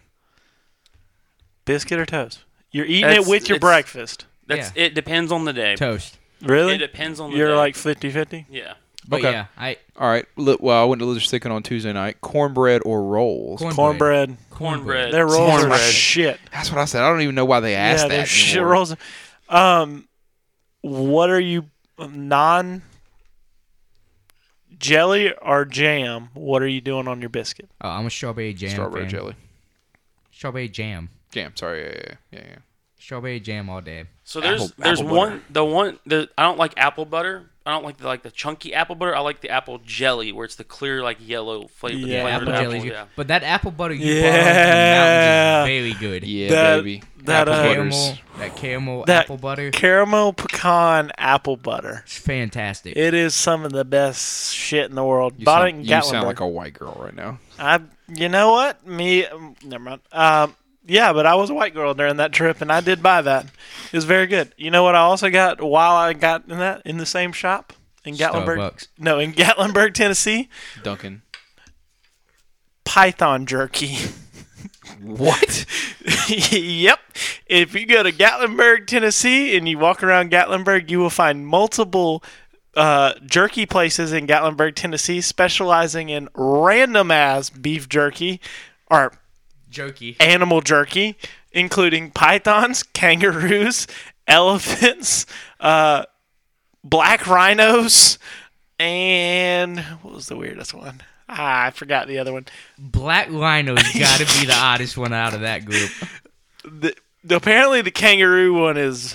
D: Biscuit or toast? You're eating
A: That's-
D: it with your
A: it's-
D: breakfast.
A: That's it. Depends on the day.
B: Toast.
D: Really?
A: It depends on the
D: You're
A: day.
D: like 50 50?
A: yeah.
B: But
C: Okay.
B: yeah, I
C: All right. Li- Well, I went to Lizard's Thicken on Tuesday night. Cornbread or rolls.
B: Corn-
D: Cornbread.
A: Cornbread.
D: Their rolls are
C: Cornbread.
D: shit.
C: That's what I said. I don't even know why they asked
D: yeah,
C: that.
D: their shit
C: anymore.
D: rolls. Um, what are you non jelly or jam? What are you doing on your biscuit?
B: oh, I'm a strawberry jam.
C: Strawberry
B: fan.
C: jelly.
B: Strawberry jam.
C: Jam. Sorry. Yeah, yeah, yeah, yeah. yeah.
B: Strawberry jam all day.
A: So there's
C: Apple-
A: there's
C: apple
A: one
C: butter.
A: the one the I don't like apple butter. I don't like the like the chunky apple butter. I like the apple jelly where it's the clear like yellow flavor. the
D: Yeah,
A: flavored
B: apple
D: apple,
B: jelly's good.
A: yeah.
B: But that apple butter you
D: Yeah.
B: bought is very good.
C: Yeah,
D: That-
C: baby.
D: that,
C: Apple
D: uh,
B: Caramel,
C: butters.
B: that caramel
D: That-
B: apple butter.
D: Caramel pecan apple butter.
B: It's fantastic.
D: It is some of the best shit in the world.
C: You
D: Bought
C: sound,
D: it in
C: you sound
D: Gatlinburg.
C: like a white girl right now.
D: I, you know what? Me, um, never mind. Um, yeah, but I was a white girl during that trip, and I did buy that. It was very good. You know what? I also got while I got in that in the same shop in Gatlinburg.
B: Starbucks.
D: No, in Gatlinburg, Tennessee,
C: Duncan.
D: python jerky.
C: What?
D: yep. If you go to Gatlinburg, Tennessee, and you walk around Gatlinburg, you will find multiple uh, jerky places in Gatlinburg, Tennessee, specializing in random ass beef jerky or
B: Jerky.
D: animal jerky, including pythons, kangaroos, elephants, uh, black rhinos, and what was the weirdest one? Ah, I forgot the other one.
B: Black rhino's got to be the oddest one out of that group.
D: The, apparently, the kangaroo one is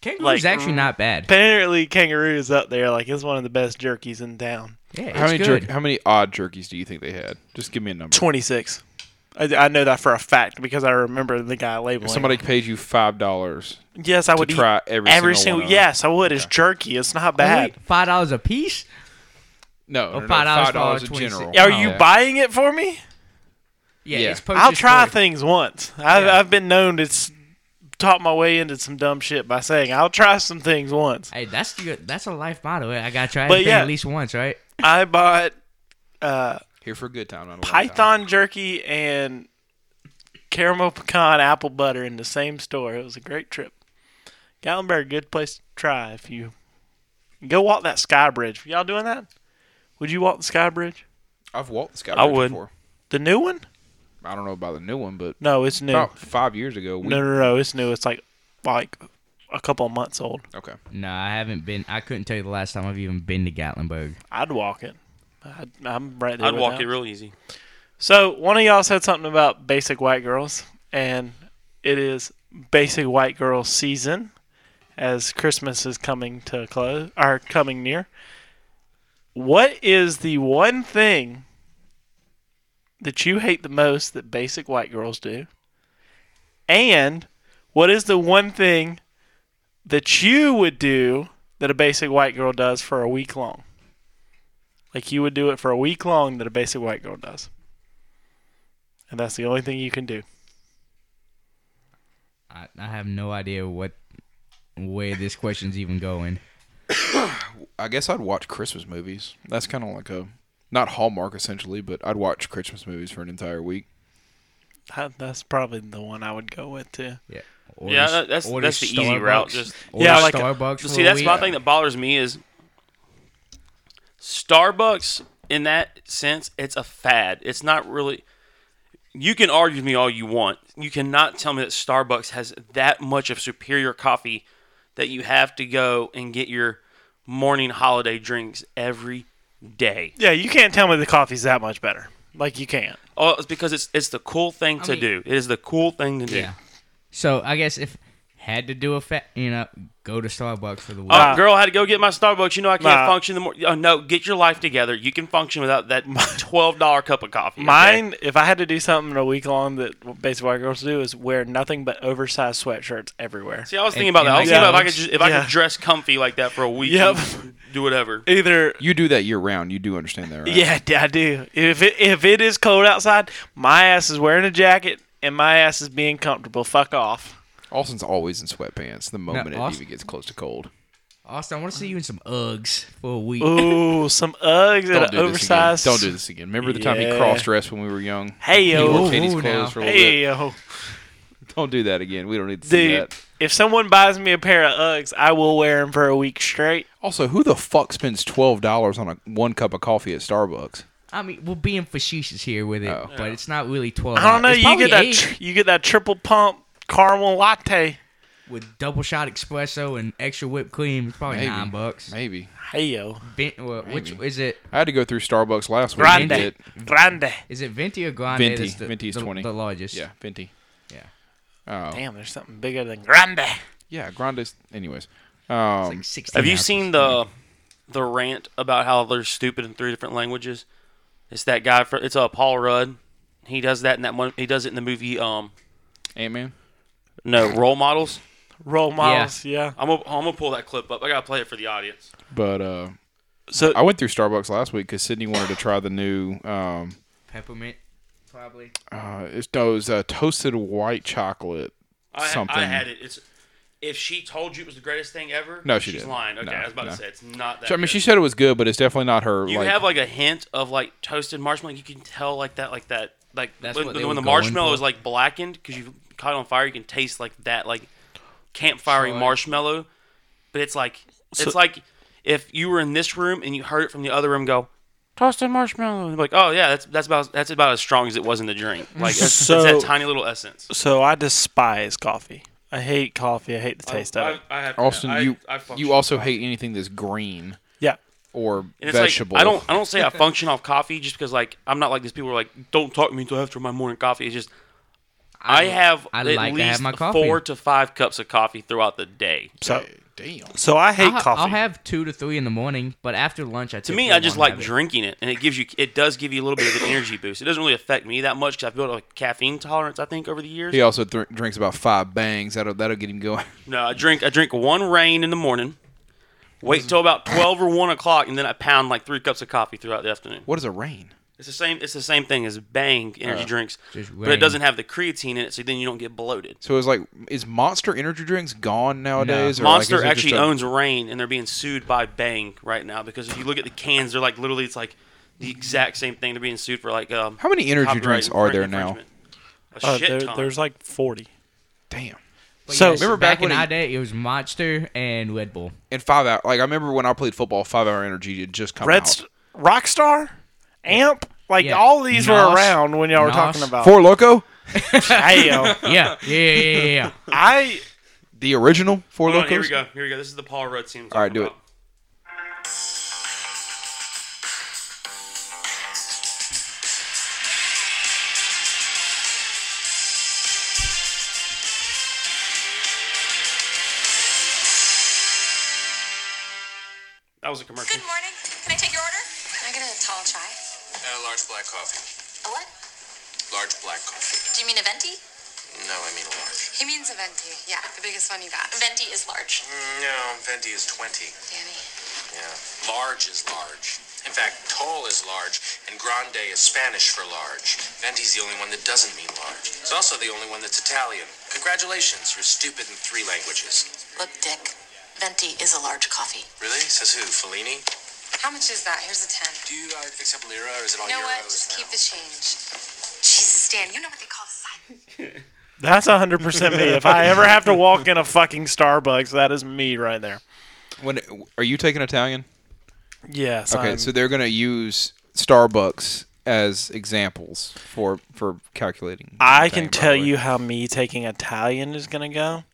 B: Kangaroo's
D: Like, mm.
B: actually not bad.
D: apparently kangaroo is up there. Like it's one of the best jerkies in town.
B: Yeah, it's
C: how many
B: good.
C: jerk, How many odd jerkies do you think they had? Just give me a number.
D: Twenty six. I, I know that for a fact because I remember the guy labeling.
C: If
D: it.
C: somebody paid you five dollars
D: yes, I
C: to
D: would eat
C: try every single,
D: every single.
C: one of them.
D: yes, I would. It's jerky. It's not bad.
B: Only Five dollars a piece.
C: No,
B: Oh,
C: no, no,
B: $5
C: five dollars
B: for
C: in
B: 26.
C: general.
D: Are you
C: Yeah.
D: buying it for me?
B: Yeah,
C: Yeah.
B: it's
D: I'll try
B: things.
D: things once. I've,
B: Yeah.
D: I've been known to s- talk my way into some dumb shit by saying I'll try some things once.
B: Hey, that's the, that's a life motto. eh? I gotta try
D: But
B: everything
D: yeah.
B: at least once, right?
D: I bought uh,
C: here for a good time? Not a long time.
D: python jerky and caramel pecan apple butter in the same store. It was a great trip. Gallenberg, good place to try if you go walk that sky bridge. Y'all doing that? Would you walk the sky bridge?
C: I've walked this guy.
A: I would.
C: Before.
D: The new one?
C: I don't know about the new one, but
D: No, it's new.
C: about five years ago. We,
D: No, no, no, it's new. It's like like a couple of months old.
C: Okay.
B: No, I haven't been. I couldn't tell you the last time I've even been to Gatlinburg.
D: I'd walk it. I'd, I'm right there.
A: I'd
D: with
A: walk
D: that.
A: it real easy.
D: So one of y'all said something about basic white girls, and it is basic white girl season as Christmas is coming to close or coming near. What is the one thing that you hate the most that basic white girls do? And what is the one thing that you would do that a basic white girl does for a week long? Like you would do it for a week long that a basic white girl does. And that's the only thing you can do.
B: I, I have no idea what where this question's even going.
C: I guess I'd watch Christmas movies. That's kind of like a not Hallmark essentially, but I'd watch Christmas movies for an entire week.
D: That, that's probably the one I would go with too.
B: Yeah.
A: Yeah, that- that's- that's the easy route, just-
D: Yeah,
B: yeah,
D: like
B: like
D: a-
B: Starbucks.
A: See, that's my thing that bothers me is Starbucks. In that sense, it's a fad. It's not really. You can argue with me all you want. You cannot tell me that Starbucks has that much of superior coffee that you have to go and get your morning holiday drinks every day.
D: Yeah, you can't tell me the coffee's that much better. Like you can't.
A: Oh, it's because it's it's the cool thing to
B: mean-
A: do. It is the cool thing to do.
B: Yeah. So I guess if had to do a fa- you know, go to Starbucks for the week.
A: Oh, girl, I had to go get my Starbucks. You know I can't
D: Nah.
A: function the more. Oh, no, get your life together. You can function without that twelve dollar cup of coffee. okay?
D: Mine, if I had to do something in a week long that basic white girls do is wear nothing but oversized sweatshirts everywhere.
A: See, I was thinking
B: And-
A: about that. I
B: and
A: was
D: like
A: thinking about if I could
D: Alex.
A: just, if I
D: Yeah.
A: could dress comfy like that for a week.
D: Yep.
A: and do whatever.
D: Either
C: You do that year round. You do understand that, right?
D: yeah, d- I do. If it if it is cold outside, my ass is wearing a jacket and my ass is being comfortable. Fuck off.
C: Austin's always in sweatpants the moment it
B: Austin-
C: even gets close to cold.
B: Austin, I want to see you in some Uggs for a week.
D: Ooh, some Uggs and
C: Don't
D: an
C: do
D: oversized.
C: this again. Don't do this again. Remember the time
D: Yeah.
C: he cross dressed when we were young?
D: Hey
C: He wore
D: yo,
B: Ooh,
C: Katie's
B: ooh,
C: clothes
B: now.
C: for a little
D: hey
C: bit.
D: yo.
C: Don't do that again. We don't need to see
D: Dude,
C: that.
D: if someone buys me a pair of Uggs, I will wear them for a week straight.
C: Also, who the fuck spends twelve dollars on a one cup of coffee at Starbucks?
B: I mean, we're being facetious here with it,
C: Oh.
B: but it's not really twelve.
D: I don't know.
B: It's
D: You
B: probably
D: get that.
B: eight
D: Tr- you get that triple pump caramel latte.
B: with double shot espresso and extra whipped cream. It's probably
C: Maybe.
B: nine bucks.
C: Maybe
D: Hey yo,
B: Vin- well, which
C: Maybe.
B: is it?
C: I had to go through Starbucks last week. and
D: grande,
C: get-
D: grande.
B: Is it venti or grande?
C: Venti.
B: that's the-
C: Venti is
B: the-
C: 20.
B: The largest.
C: Yeah, venti.
B: Yeah.
C: Oh,
D: Damn, there's something bigger than grande.
C: yeah, grande's. Anyways, um,
B: It's like sixteen.
A: Have you
B: ounces.
A: seen the the rant about how they're stupid in three different languages? It's that guy. For, it's uh, Paul Rudd. He does that in that one. He does it in the movie. Um,
C: Ant Man.
A: no role models.
D: Role models, yeah.
A: I'm gonna, I'm gonna pull that clip up. I gotta play it for the audience.
C: But uh,
D: So
C: I went through Starbucks last week because Sydney wanted to try the new. Um,
B: peppermint? Probably.
C: uh, it's no, it was uh, toasted white chocolate.
A: I,
C: something.
A: I had it. It's if she told you it was the greatest thing ever.
C: No, she
A: she's
C: didn't.
A: lying. Okay,
C: No,
A: I was about
C: no.
A: to say it's not that.
C: So, I mean,
A: good.
C: she said it was good, but it's definitely not her.
A: you
C: like,
A: have like a hint of like toasted marshmallow. You can tell like that, like that, like
B: That's
A: when,
B: what they
A: when
B: were
A: the
B: going
A: marshmallow
B: for.
A: is like blackened because you caught it on fire. You can taste like that, like campfirey
B: Sure.
A: marshmallow. But it's like it's like if you were in this room and you heard it from the other room go toasted marshmallow. and you're Like oh yeah, that's that's about that's about as strong as it was in the drink. Like it's,
D: So-
A: it's that tiny little essence.
D: so I despise coffee. I hate coffee. I hate the taste of it.
A: I, I have,
C: Austin,
A: I-
C: you
A: I function
C: you
A: off
C: also
A: coffee.
C: hate anything that's green
D: Yeah.
C: or
A: And it's
C: vegetable.
A: Like, I don't I don't say I function off coffee just because like I'm not like these people who are like don't talk to me until after my morning coffee. It's just I, have
B: I
A: at
B: like to
A: least
B: have my coffee.
A: four to five cups of coffee throughout the day.
D: So
C: Eh, Damn.
D: so I hate
B: I'll, ha-
D: coffee.
B: I'll have two to three in the morning, but after lunch, I
A: To me, I just like drinking it, and it gives you it does give you a little bit of an energy boost. It doesn't really affect me that much because I've built a caffeine tolerance I think over the years.
C: He also thr drinks about five bangs. That'll that'll get him going.
A: No, I drink I drink one rain in the morning. Wait till about twelve or one o'clock, and then I pound like three cups of coffee throughout the afternoon.
C: What is a rain?
A: It's the same. It's the same thing as Bang
C: Uh,
A: energy drinks,
B: just
A: but it
B: rain.
A: doesn't have the creatine in it, so then you don't get bloated.
C: So it's like is Monster energy drinks gone nowadays? or like,
A: Monster
C: is it just
A: actually
C: a-
A: owns Rain, and they're being sued by Bang right now because if you look at the cans, they're like literally it's like the exact same thing. They're being sued for like um,
C: How many energy
A: copyright
C: drinks are
A: infring-
C: there now?
A: infringement. A
D: Uh,
A: shit
D: there,
A: ton.
D: there's like forty.
C: Damn.
D: So-
B: so
D: Remember
B: remember
C: back
B: back, in
C: when
B: our
C: it-
B: day, it was Monster and Red Bull.
C: And five hour. Like I remember when I played football, five hour energy had just come
D: Red
C: out.
D: St- Rockstar, Amp, like
B: Yeah.
D: all these were
B: Nos.
D: around when y'all were
B: Nos.
D: talking
A: uh,
D: about.
C: Four Loco,
D: Hey, yo.
B: Yeah, yeah, yeah, yeah. yeah, yeah.
D: I
C: the original Four
A: Hold on,
C: Locos.
A: here we go. Here we go. This is the Paul Rudd scene. I'm
C: All right,
A: talking
C: do it.
A: about. That was a commercial.
E: Good morning. Can I take your order? Can I get a tall chai?
F: And a Uh, large black coffee.
E: A what?
F: Large black coffee.
E: Do you mean a venti?
F: No, I mean large.
E: He means a venti. Yeah, the biggest one you got. Venti is large.
F: Mm, No, venti is 20.
E: Danny.
F: Yeah. Large is large. In fact, tall is large, and grande is Spanish for large. Venti's the only one that doesn't mean large. It's also the only one that's Italian. Congratulations, you're stupid in three languages.
E: Look, Dick. Venti is a large coffee.
F: Really? Says who? Fellini?
E: How much is that? Here's a ten.
F: Do you uh, accept lira, or is it all
E: You know what?
F: euros
E: Just
F: now?
E: keep the change. Jesus, Dan, you know what they call side.
D: that's hundred percent me. If I ever have to walk in a fucking Starbucks, that is me right there.
C: When are you taking Italian?
D: Yes.
C: Okay,
D: I'm-
C: so they're gonna use Starbucks as examples for for calculating.
D: I
C: Italian,
D: can
C: by the
D: tell
C: way.
D: you how me taking Italian is gonna go.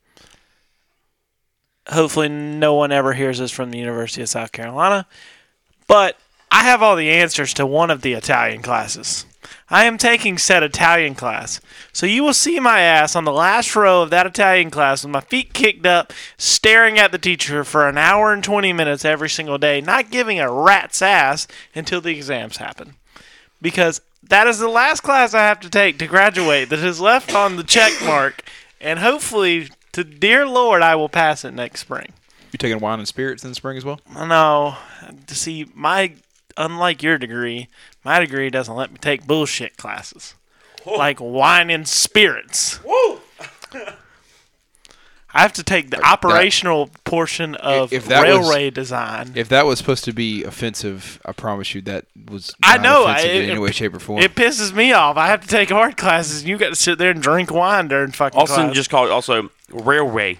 D: Hopefully, no one ever hears this from the University of South Carolina. But I have all the answers to one of the Italian classes. I am taking said Italian class. So you will see my ass on the last row of that Italian class with my feet kicked up, staring at the teacher for an hour and 20 minutes every single day, not giving a rat's ass until the exams happen because that is the last class I have to take to graduate that is left on the check mark. And hopefully, to dear Lord, I will pass it next spring.
C: You taking wine and spirits in the spring as well?
D: No, to see my unlike your degree, my degree doesn't let me take bullshit classes like wine and spirits. Woo! I have to take the operational portion of
C: if that was-
D: railway design.
C: If that was supposed to be offensive, I promise you that was.
D: I
C: not
D: know. I,
C: offensive
D: it,
C: in any way, shape, or form.
D: It pisses me off. I have to take art classes, and you got to sit there and drink wine during fucking
A: Austin
D: class.
A: just called it also railway.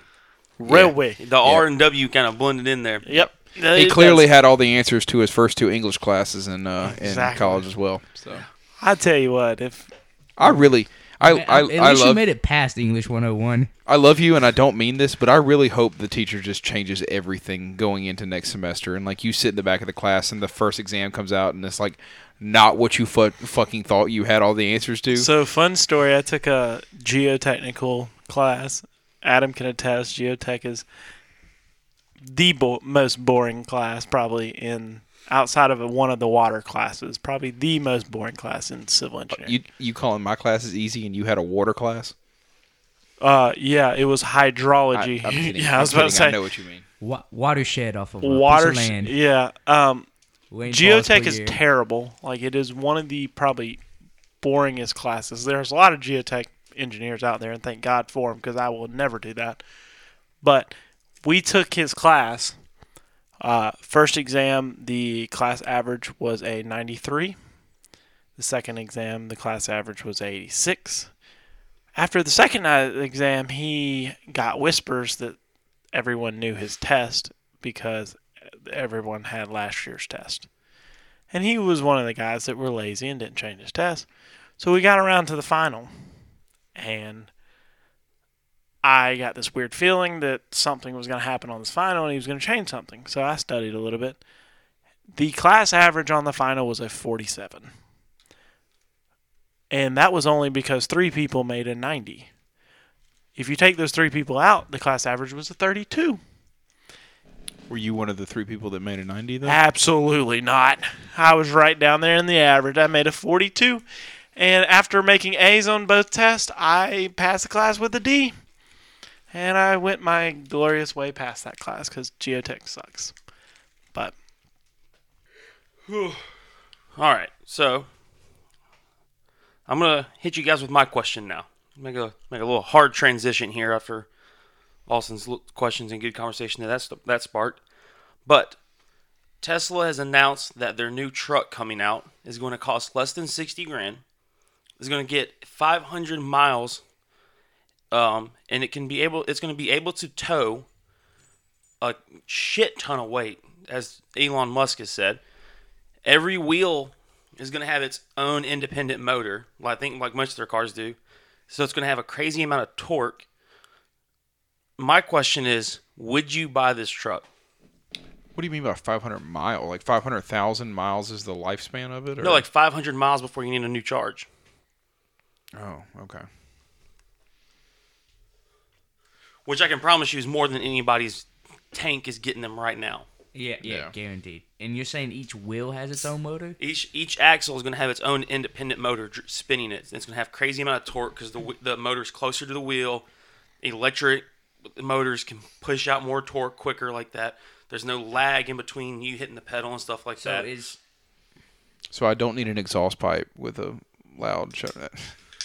D: railway.
A: The R and W kind of blended in there.
D: Yep.
C: he clearly had all the answers to his first two English classes in uh, in
D: Exactly.
C: college as well. So
D: I tell you what, if
C: I really, I
B: At-
C: I,
B: at least
C: I
B: you
C: love
B: made it past English 101.
C: I love you, and I don't mean this, but I really hope the teacher just changes everything going into next semester. And like you sit in the back of the class, and the first exam comes out, and it's like not what you fu- fucking thought you had all the answers to.
D: So, fun story. I took a geotechnical class. Adam can attest. Geotech is the bo- most boring class, probably in outside of one of the water classes. Probably the most boring class in civil engineering.
C: Uh, you you calling my classes easy, and you had a water class?
D: uh, yeah, it was
C: I,
D: hydrology.
C: I'm kidding.
D: yeah, I was
C: I'm kidding.
D: about to say
C: I know what you mean.
B: Wa- watershed off of a
D: water.
B: piece of land.
D: Yeah. Um,
B: Wayne Falls per
D: Geotech is
B: year.
D: terrible. Like it is one of the probably boringest classes. There's a lot of geotech engineers out there, and thank God for them because I will never do that. But we took his class. Uh, first exam, the class average was a 93. The second exam, the class average was 86. After the second uh, exam, he got whispers that everyone knew his test because everyone had last year's test. And he was one of the guys that were lazy and didn't change his test. So we got around to the final. And I got this weird feeling that something was going to happen on this final and he was going to change something. So I studied a little bit. The class average on the final was a 47. And that was only because three people made a 90. If you take those three people out, the class average was a 32.
C: Were you one of the three people that made a ninety
D: Ah.
C: though?
D: Absolutely not. I was right down there in the average. I made a 42. And after making A's on both tests, I passed the class with a D. And I went my glorious way past that class because geotech sucks. But
A: All right, so I'm gonna hit you guys with my question now. Make a make a little hard transition here after Austin's l- questions and good conversation that that's that sparked. But Tesla has announced that their new truck coming out is going to cost less than sixty grand. Is going to get 500 miles, um, and it can be able. It's going to be able to tow a shit ton of weight, as Elon Musk has said every wheel is going to have its own independent motor. Well, I think like most of their cars do. So it's going to have a crazy amount of torque. My question is, would you buy this truck?
C: What do you mean by 500 mile? Like 500,000 miles is the lifespan of it? Or?
A: No, like 500 miles before you need a new charge.
C: Oh, okay.
A: Which I can promise you is more than anybody's tank is getting them right now.
B: Yeah, yeah,
C: Yeah.
B: guaranteed. And you're saying each wheel has its own motor?
A: Each each axle is going to have its own independent motor dr- spinning it. It's going to have crazy amount of torque because the w- the motor's closer to the wheel. Electric motors can push out more torque quicker like that. There's no lag in between you hitting the pedal and stuff like
B: So
A: that.
B: is
C: So I don't need an exhaust pipe with a loud shut.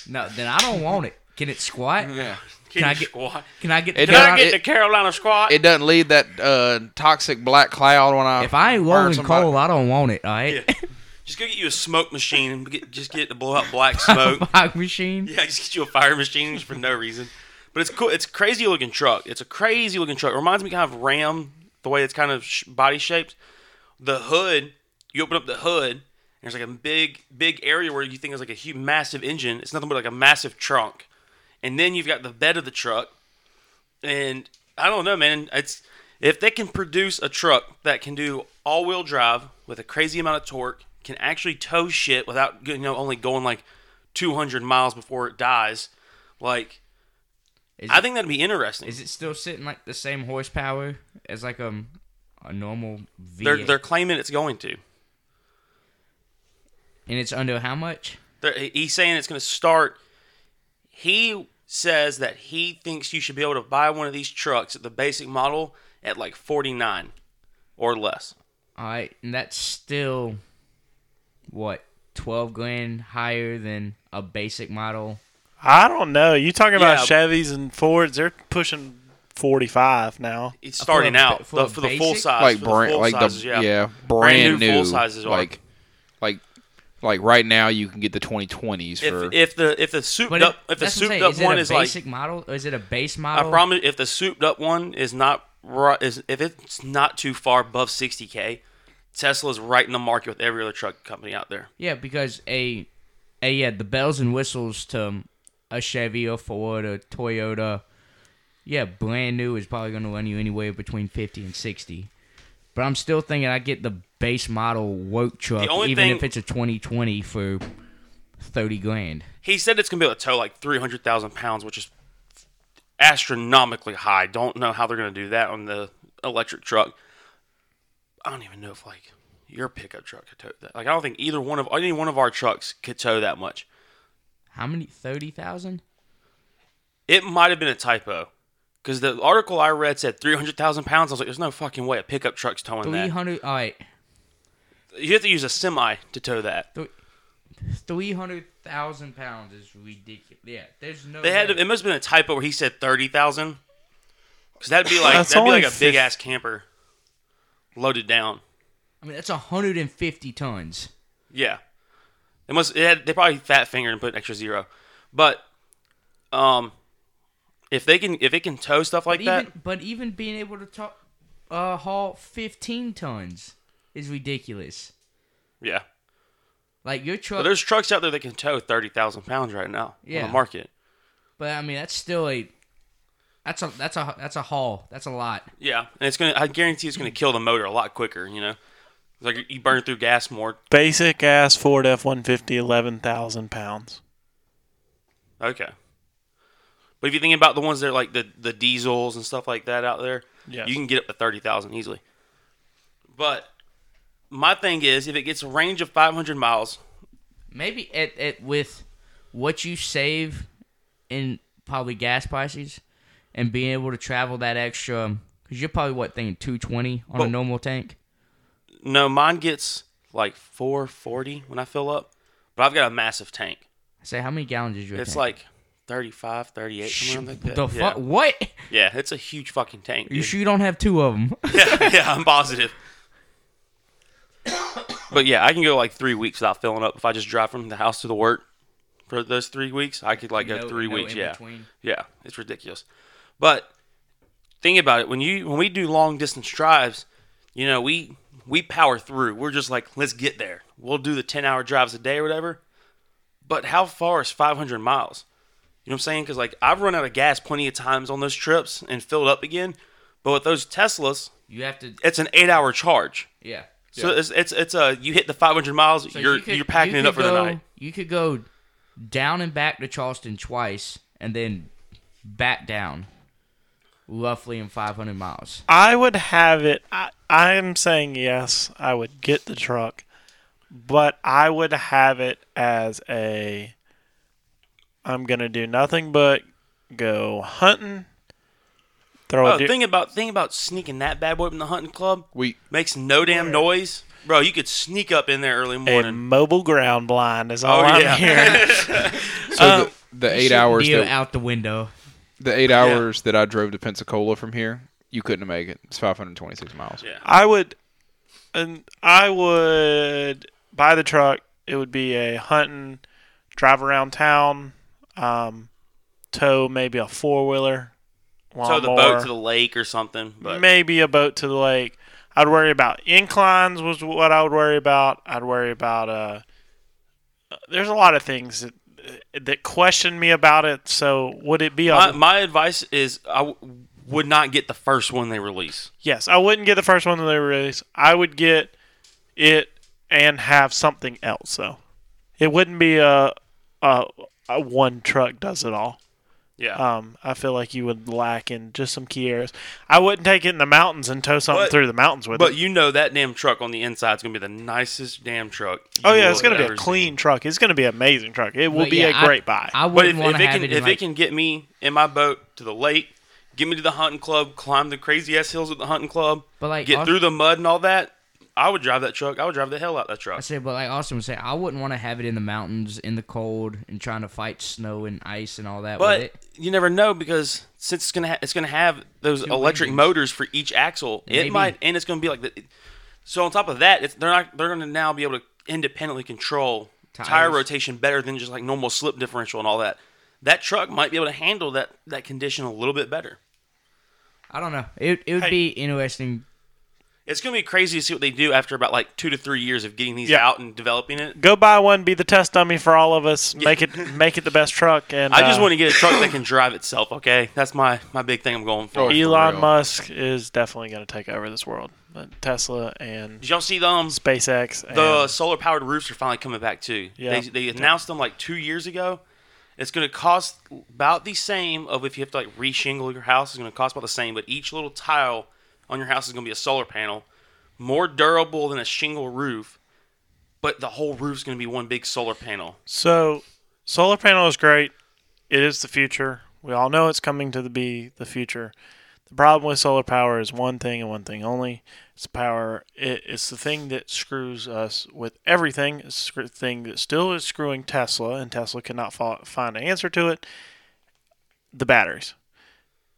B: no, then I don't want it. Can it squat?
C: Yeah.
A: can,
B: can
A: I
B: I get-
A: get squat?
B: Can I get
C: It
B: the
A: Can I
C: does-
A: get
C: it-
A: the Carolina squat?
C: It doesn't leave that uh, toxic black cloud when I.
B: If I ain't
C: burn
B: rolling
C: somebody.
B: coal, I don't want it. All right,
A: Yeah. just go get you a smoke machine and get, just get to blow out black smoke.
B: fog machine.
A: Yeah, just get you a fire machine just for no reason. But it's cool. It's a crazy looking truck. It's a crazy looking truck. It reminds me kind of Ram, the way it's kind of sh- body shaped. The hood, you open up the hood, and there's like a big, big area where you think is like a huge, massive engine. It's nothing but like a massive trunk. And then you've got the bed of the truck. And I don't know, man. It's if they can produce a truck that can do all-wheel drive with a crazy amount of torque, can actually tow shit without you know only going like 200 miles before it dies, like
B: Is
A: I
B: it-
A: think that'd be interesting.
B: Is it still sitting like the same horsepower as like um a normal V?
A: they're they're claiming it's going to.
B: and it's under how much?
A: They're, he's saying it's going to start. He says that he thinks you should be able to buy one of these trucks at the basic model at like 49 or less.
B: All right, and that's still what twelve grand higher than a basic model.
D: I don't know. You talking about
A: Yeah.
D: Chevys and Fords? They're pushing forty five now.
A: It's starting
B: a-
A: out
B: Uh, for a
A: the, for the full
B: basic?
A: size,
C: like
A: for the
C: brand,
A: full
C: like
A: sizes,
C: the
A: yeah.
C: yeah,
A: new
C: brand, new,
A: full sizes are-
C: like, like, like right now you can get the 2020s for
A: If, if the if the souped
B: But
A: up
B: it-
A: if the
B: that's
A: souped
B: what I'm saying.
A: up
B: is
A: one
B: it a
A: is like
B: basic model? Or is it a base
A: I
B: model?
A: promise if the souped up one is not ri- is if it's not too far above 60k, Tesla's right in the market with every other truck company out there.
B: Yeah, because a, a yeah, the bells and whistles to a Chevy or Ford or Toyota, yeah, brand new is probably going to run you anywhere between fifty and sixty. But I'm still thinking I get the base model work truck,
A: only
B: even
A: thing-
B: if it's a 2020 for thirty grand.
A: He said it's gonna be able to tow like 300,000 pounds, which is astronomically high. Don't know how they're gonna do that on the electric truck. I don't even know if like your pickup truck could tow that. Like I don't think either one of any one of our trucks could tow that much.
B: How many? Thirty thousand?
A: It might have been a typo. Because the article I read said 300,000 pounds. I was like, there's no fucking way a pickup truck's towing
B: Three
A: that.
B: hundred? All right,
A: You have to use a semi to tow that.
B: three hundred thousand pounds is ridiculous. Yeah, there's no.
A: They had
B: way.
A: it must have been a typo where he said thirty thousand. Because that'd be like
D: That's
A: that'd be
D: only
A: like a big
D: fif-
A: ass camper, loaded down.
B: I mean, that's hundred and fifty tons.
A: Yeah, it must. It had, they probably fat fingered and put an extra zero. But um, if they can if it can tow stuff like
B: But
A: that,
B: even, but even being able to talk, uh, haul 15 tons is ridiculous.
A: yeah.
B: Like your
A: But
B: truck, but,
A: there's trucks out there that can tow thirty thousand pounds right now on
B: Yeah.
A: the market.
B: I mean that's still a, that's a that's a that's a haul. That's a lot.
A: Yeah, and it's gonna. I guarantee it's gonna kill the motor a lot quicker. You know, It's like you burn through gas more.
D: Basic ass Ford F one fifty, eleven thousand pounds.
A: Okay. But if you think about the ones that are like the, the diesels and stuff like that out there,
D: Yes.
A: you can get up to 30,000 easily. But my thing is, if it gets a range of 500 miles,
B: Maybe at, at with what you save in probably gas prices and being able to travel that extra because you're probably what thinking 220 on
A: Well-
B: a normal tank.
A: no, mine gets like 440 when I fill up. But I've got a massive tank.
B: Say how many gallons is your
A: It's
B: tank?
A: like 35, 38, something like that.
B: the
A: yeah.
B: fuck what?
A: Yeah, it's a huge fucking tank.
B: You
A: dude.
B: sure you don't have two of them?
A: yeah, yeah, I'm positive. but yeah, I can go like three weeks without filling up if I just drive from the house to the work for those three weeks. I could like go
B: No-
A: three
B: no
A: weeks.
B: in
A: Yeah,
B: between.
A: yeah, it's ridiculous. But think about it when you when we do long distance drives, you know we we power through. We're just like let's get there. We'll do the ten hour drives a day or whatever. But how far is 500 miles? You know what I'm saying? Because like I've run out of gas plenty of times on those trips and filled up again. But with those Teslas,
B: you have to
A: it's an eight hour charge.
B: yeah.
A: So it's, it's it's a you hit the 500 miles,
B: So
A: you're you
B: could-
A: are packing
B: you
A: it
B: could
A: up for the
B: go-
A: night.
B: You could go down and back to Charleston twice, and then back down, roughly in 500 miles.
D: I would have it. I, I'm saying yes, I would get the truck, but I would have it as a I'm going to do nothing but go hunting, throw
A: Oh,
D: a deer.
A: thing about thing about sneaking that bad boy up in the hunting club
C: we
A: makes no damn noise, bro. You could sneak up in there early
D: a
A: morning.
D: mobile ground blind is all
A: Oh,
D: I'm
A: yeah.
D: hearing.
C: so
A: Um,
C: the, the eight
B: Shooting
C: hours
B: deer
C: that,
B: out the window.
C: the eight hours that I drove to Pensacola from here you couldn't make it it's 526 miles
A: Yeah.
D: I would, and I would buy the truck. It would be a hunting, drive around town, um, tow maybe a four wheeler.
A: Tow the boat to the lake or something. But
D: maybe a boat to the lake. I'd worry about inclines was what I would worry about. I'd worry about uh, there's a lot of things that that question me about it. So would it be a
A: my, my advice is I w- would not get the first one they release.
D: yes? I wouldn't get the first one that they release. I would get it and have something else though. It wouldn't be a a, a one truck does it all.
A: Yeah.
D: Um, I feel like you would lack in just some key areas. I wouldn't take it in the mountains and tow something
A: But-
D: through the mountains with it.
A: but you know that damn truck on the inside is gonna be the nicest damn truck.
D: Oh
A: you
D: yeah, it's
A: will
D: gonna be
A: ever
D: a
A: see.
D: clean truck. It's gonna be an amazing truck. It will
B: But
D: be
B: yeah,
D: a great
B: I,
D: buy.
B: I
A: But
B: wouldn't
A: if,
B: want
A: if
B: to
A: it
B: have
A: can
B: it.
A: if
B: In
A: it
B: like,
A: can get me in my boat to the lake, get me to the hunting club, climb the crazy ass hills at the hunting club,
B: But, like,
A: get
B: also-
A: through the mud and all that, I would drive that truck. I would drive the hell out that
B: I
A: truck.
B: said, but like Austin was saying, I wouldn't want to have it in the mountains in the cold and trying to fight snow and ice and all that. with
A: But
B: it.
A: you never know because since it's gonna ha- it's gonna have those electric
B: wings.
A: motors for each axle,
B: Maybe.
A: it might and it's gonna be like the. So on top of that, it's, they're not they're gonna now be able to independently control tire
B: Tires.
A: rotation better than just like normal slip differential and all that. That truck might be able to handle that that condition a little bit better.
B: I don't know. It it would
D: Hey.
B: be interesting.
A: It's gonna be crazy to see what they do after about like two to three years of getting these
D: Yeah.
A: out and developing it.
D: Go buy one, be the test dummy for all of us. Make it make it the best truck. And
A: I just
D: uh,
A: want to get a truck that can drive itself. Okay, that's my my big thing. I'm going for.
C: Oh, For
D: Elon
C: real.
D: Musk is definitely going to take over this world. But Tesla and
A: Did y'all see the um,
D: SpaceX. And,
A: the solar powered roofs are finally coming back too?
D: Yeah.
A: They they announced them like two years ago. It's going to cost about the same of if you have to like reshingle your house. It's going to cost about the same, but each little tile on your house is going to be a solar panel, more durable than a shingle roof, but the whole roof's going to be one big solar panel.
D: so solar panel is great. It is the future. We all know it's coming to the, be the future. The problem with solar power is one thing and one thing only. It's power. It, it's the thing that screws us with everything. It's the thing that still is screwing Tesla, and Tesla cannot fa- find an answer to it. The batteries.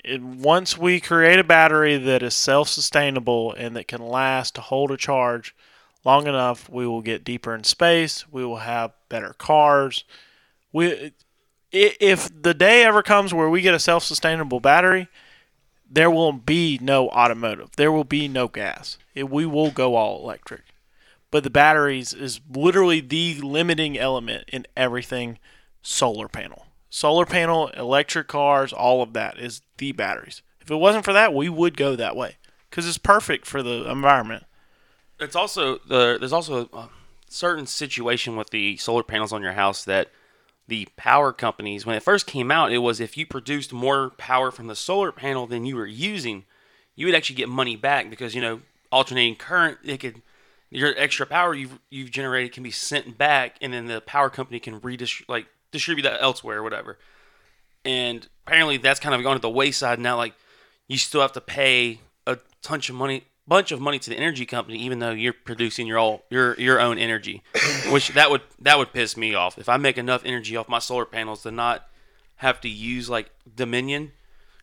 D: It, once we create a battery that is self-sustainable and that can last to hold a charge long enough, we will get deeper in space. We will have better cars. We, i- if the day ever comes where we get a self-sustainable battery, there will be no automotive. There will be no gas. It, we will go all electric. But the batteries is literally the limiting element in everything solar panel. Solar panel, electric cars, all of that is the batteries. If it wasn't for that, we would go that way because it's perfect for the environment.
A: It's also the there's also a certain situation with the solar panels on your house that the power companies when it first came out it was if you produced more power from the solar panel than you were using you would actually get money back because you know alternating current it could your extra power you've you've generated can be sent back and then the power company can redistribute like distribute that elsewhere or whatever and apparently that's kind of gone to the wayside now. Like you still have to pay a bunch of money, bunch of money to the energy company, even though you're producing your all your your own energy, which that would that would piss me off. If I make enough energy off my solar panels to not have to use like Dominion,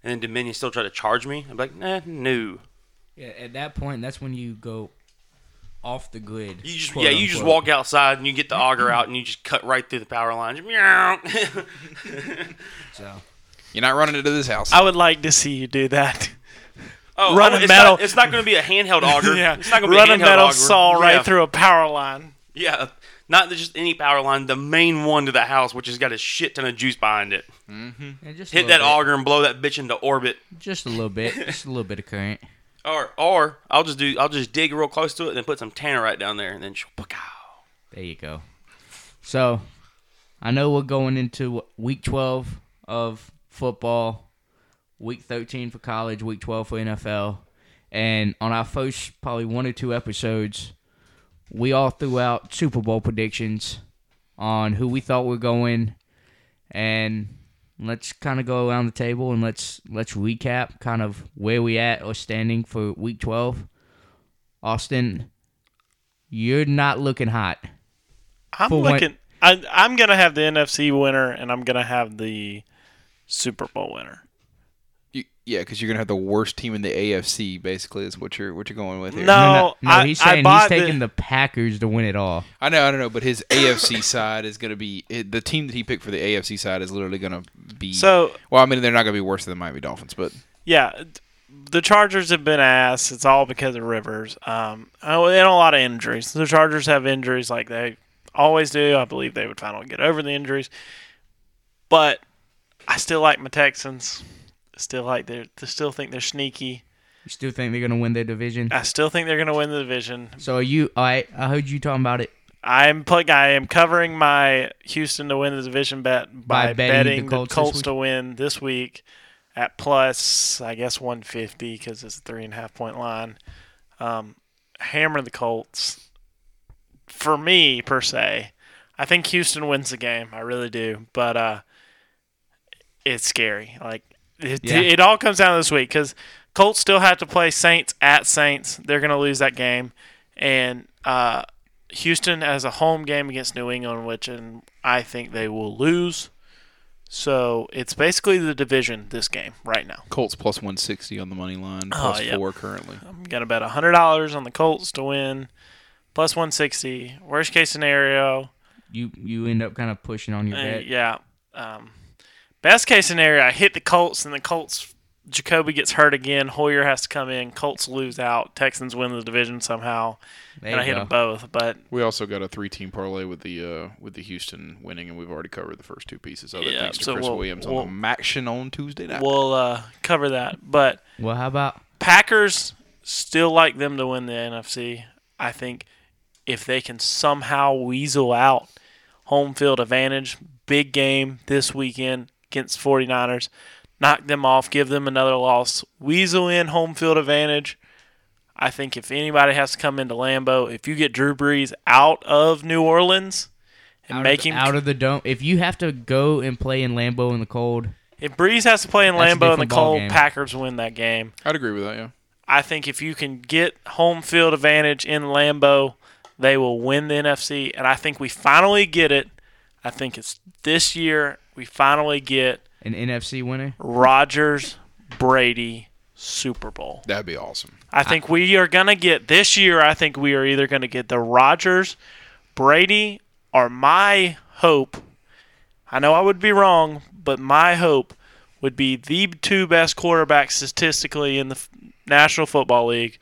A: and then Dominion still try to charge me, I'm like, nah, no.
B: Yeah, at that point, that's when you go off the grid.
A: You just
B: quote
A: yeah, you just
B: unquote.
A: walk outside and you get the auger out and you just cut right through the power lines. Meow.
B: So
C: You're not running into this house.
D: I would like to see you do that.
A: oh,
D: Run a
A: it's
D: metal-
A: Not, it's not going to be a handheld auger.
D: yeah,
A: it's not going to be
D: run
A: a
D: a
A: handheld
D: metal
A: auger.
D: saw right
A: Yeah.
D: through a power line.
A: Yeah, not just any power line, the main one to the house, which has got a shit ton of juice behind it.
B: yeah, just a
A: Hit
B: little
A: that
B: bit.
A: auger and blow that bitch into orbit.
B: Just a little bit. Just a little bit of current.
A: Or, or I'll just do, I'll just dig real close to it and then put some tannerite down there, and then sh- pow.
B: There you go. So, I know we're going into week 12 of football, week 13 for college, week 12 for NFL. And on our first probably one or two episodes, we all threw out Super Bowl predictions on who we thought were going and let's kind of go around the table and let's let's recap kind of where we at or standing for week 12. Austin, you're not looking hot.
D: I'm
B: For what-
D: looking. I, I'm gonna have the NFC winner, and I'm gonna have the Super Bowl winner.
C: You, yeah, because you're gonna have the worst team in the AFC. Basically, is what you're what you're going with here.
D: No.
B: No, no,
D: I-
B: he's
D: I
B: saying he's
D: bought the-
B: taking the, Packers to win it all.
C: I know, I don't know, but his AFC side is gonna be it, the team that he picked for the AFC side is literally gonna be.
D: So
C: well, I mean, they're not gonna be worse than the Miami Dolphins, but
D: yeah, d- the Chargers have been ass. It's all because of Rivers. Um, oh, and a lot of injuries. The Chargers have injuries like they always do. I believe they would finally get over the injuries, but I still like my Texans. Still like they're, they still think they're sneaky.
B: You still think they're gonna win their division?
D: I still think they're gonna win the division.
B: So are you, all right, I heard you talking about it
D: I'm plug. I am covering my Houston to win the division bet by,
B: By betting
D: betting,
B: the
D: the
B: Colts
D: Colts,
B: this week?
D: to win this week at plus, I guess 150 because it's a three and a half point line. Um, hammer the Colts. For me, per se, I think Houston wins the game. I really do, but uh, it's scary. Like it,
B: Yeah.
D: it all comes down to this week because Colts still have to play Saints at Saints. They're going to lose that game, and uh, Houston has a home game against New England, which and I think they will lose. So it's basically the division this game right now.
C: Colts plus 160 on the money
D: Oh,
C: line, plus
D: yep.
C: four currently.
D: I'm gonna bet hundred dollars on the Colts to win, plus one sixty. Worst case scenario,
B: You you end up kind of pushing on your
D: uh,
B: bet.
D: yeah. Um, best case scenario, I hit the Colts and the Colts. Jacoby gets hurt again. Hoyer has to come in. Colts lose out. Texans win the division somehow,
B: There
D: and I
B: you
D: hit them
B: go.
D: both. But
C: We also got a three-team parlay with the uh, with the Houston winning, and we've already covered the first two pieces of it.
D: Yeah,
C: thanks to
D: so
C: Chris
D: we'll-
C: Williams
D: we'll-
C: on the action on Tuesday night.
D: we'll uh, cover that. But
B: Well, how about
D: Packers still like them to win the NFC. I think if they can somehow weasel out home field advantage, big game this weekend against 49ers, knock them off, give them another loss, weasel in home field advantage. I think if anybody has to come into Lambeau, if you get Drew Brees out of New Orleans and
B: out,
D: make
B: of the,
D: him
B: out of the dome? If you have to go and play in Lambeau in the cold,
D: if Brees has to play in
B: That's a
D: Lambeau in the
B: different ball
D: cold,
B: game.
D: Packers win that game.
C: I'd agree with that. Yeah,
D: I think if you can get home field advantage in Lambeau, they will win the NFC. And I think we finally get it. I think it's this year we finally get
B: an NFC winner.
D: Rodgers Brady Super Bowl.
C: that'd be awesome.
D: I think we are going to get this year. I think we are either going to get the Rodgers Brady or my hope. I know I would be wrong, but my hope would be the two best quarterbacks statistically in the F- National Football League.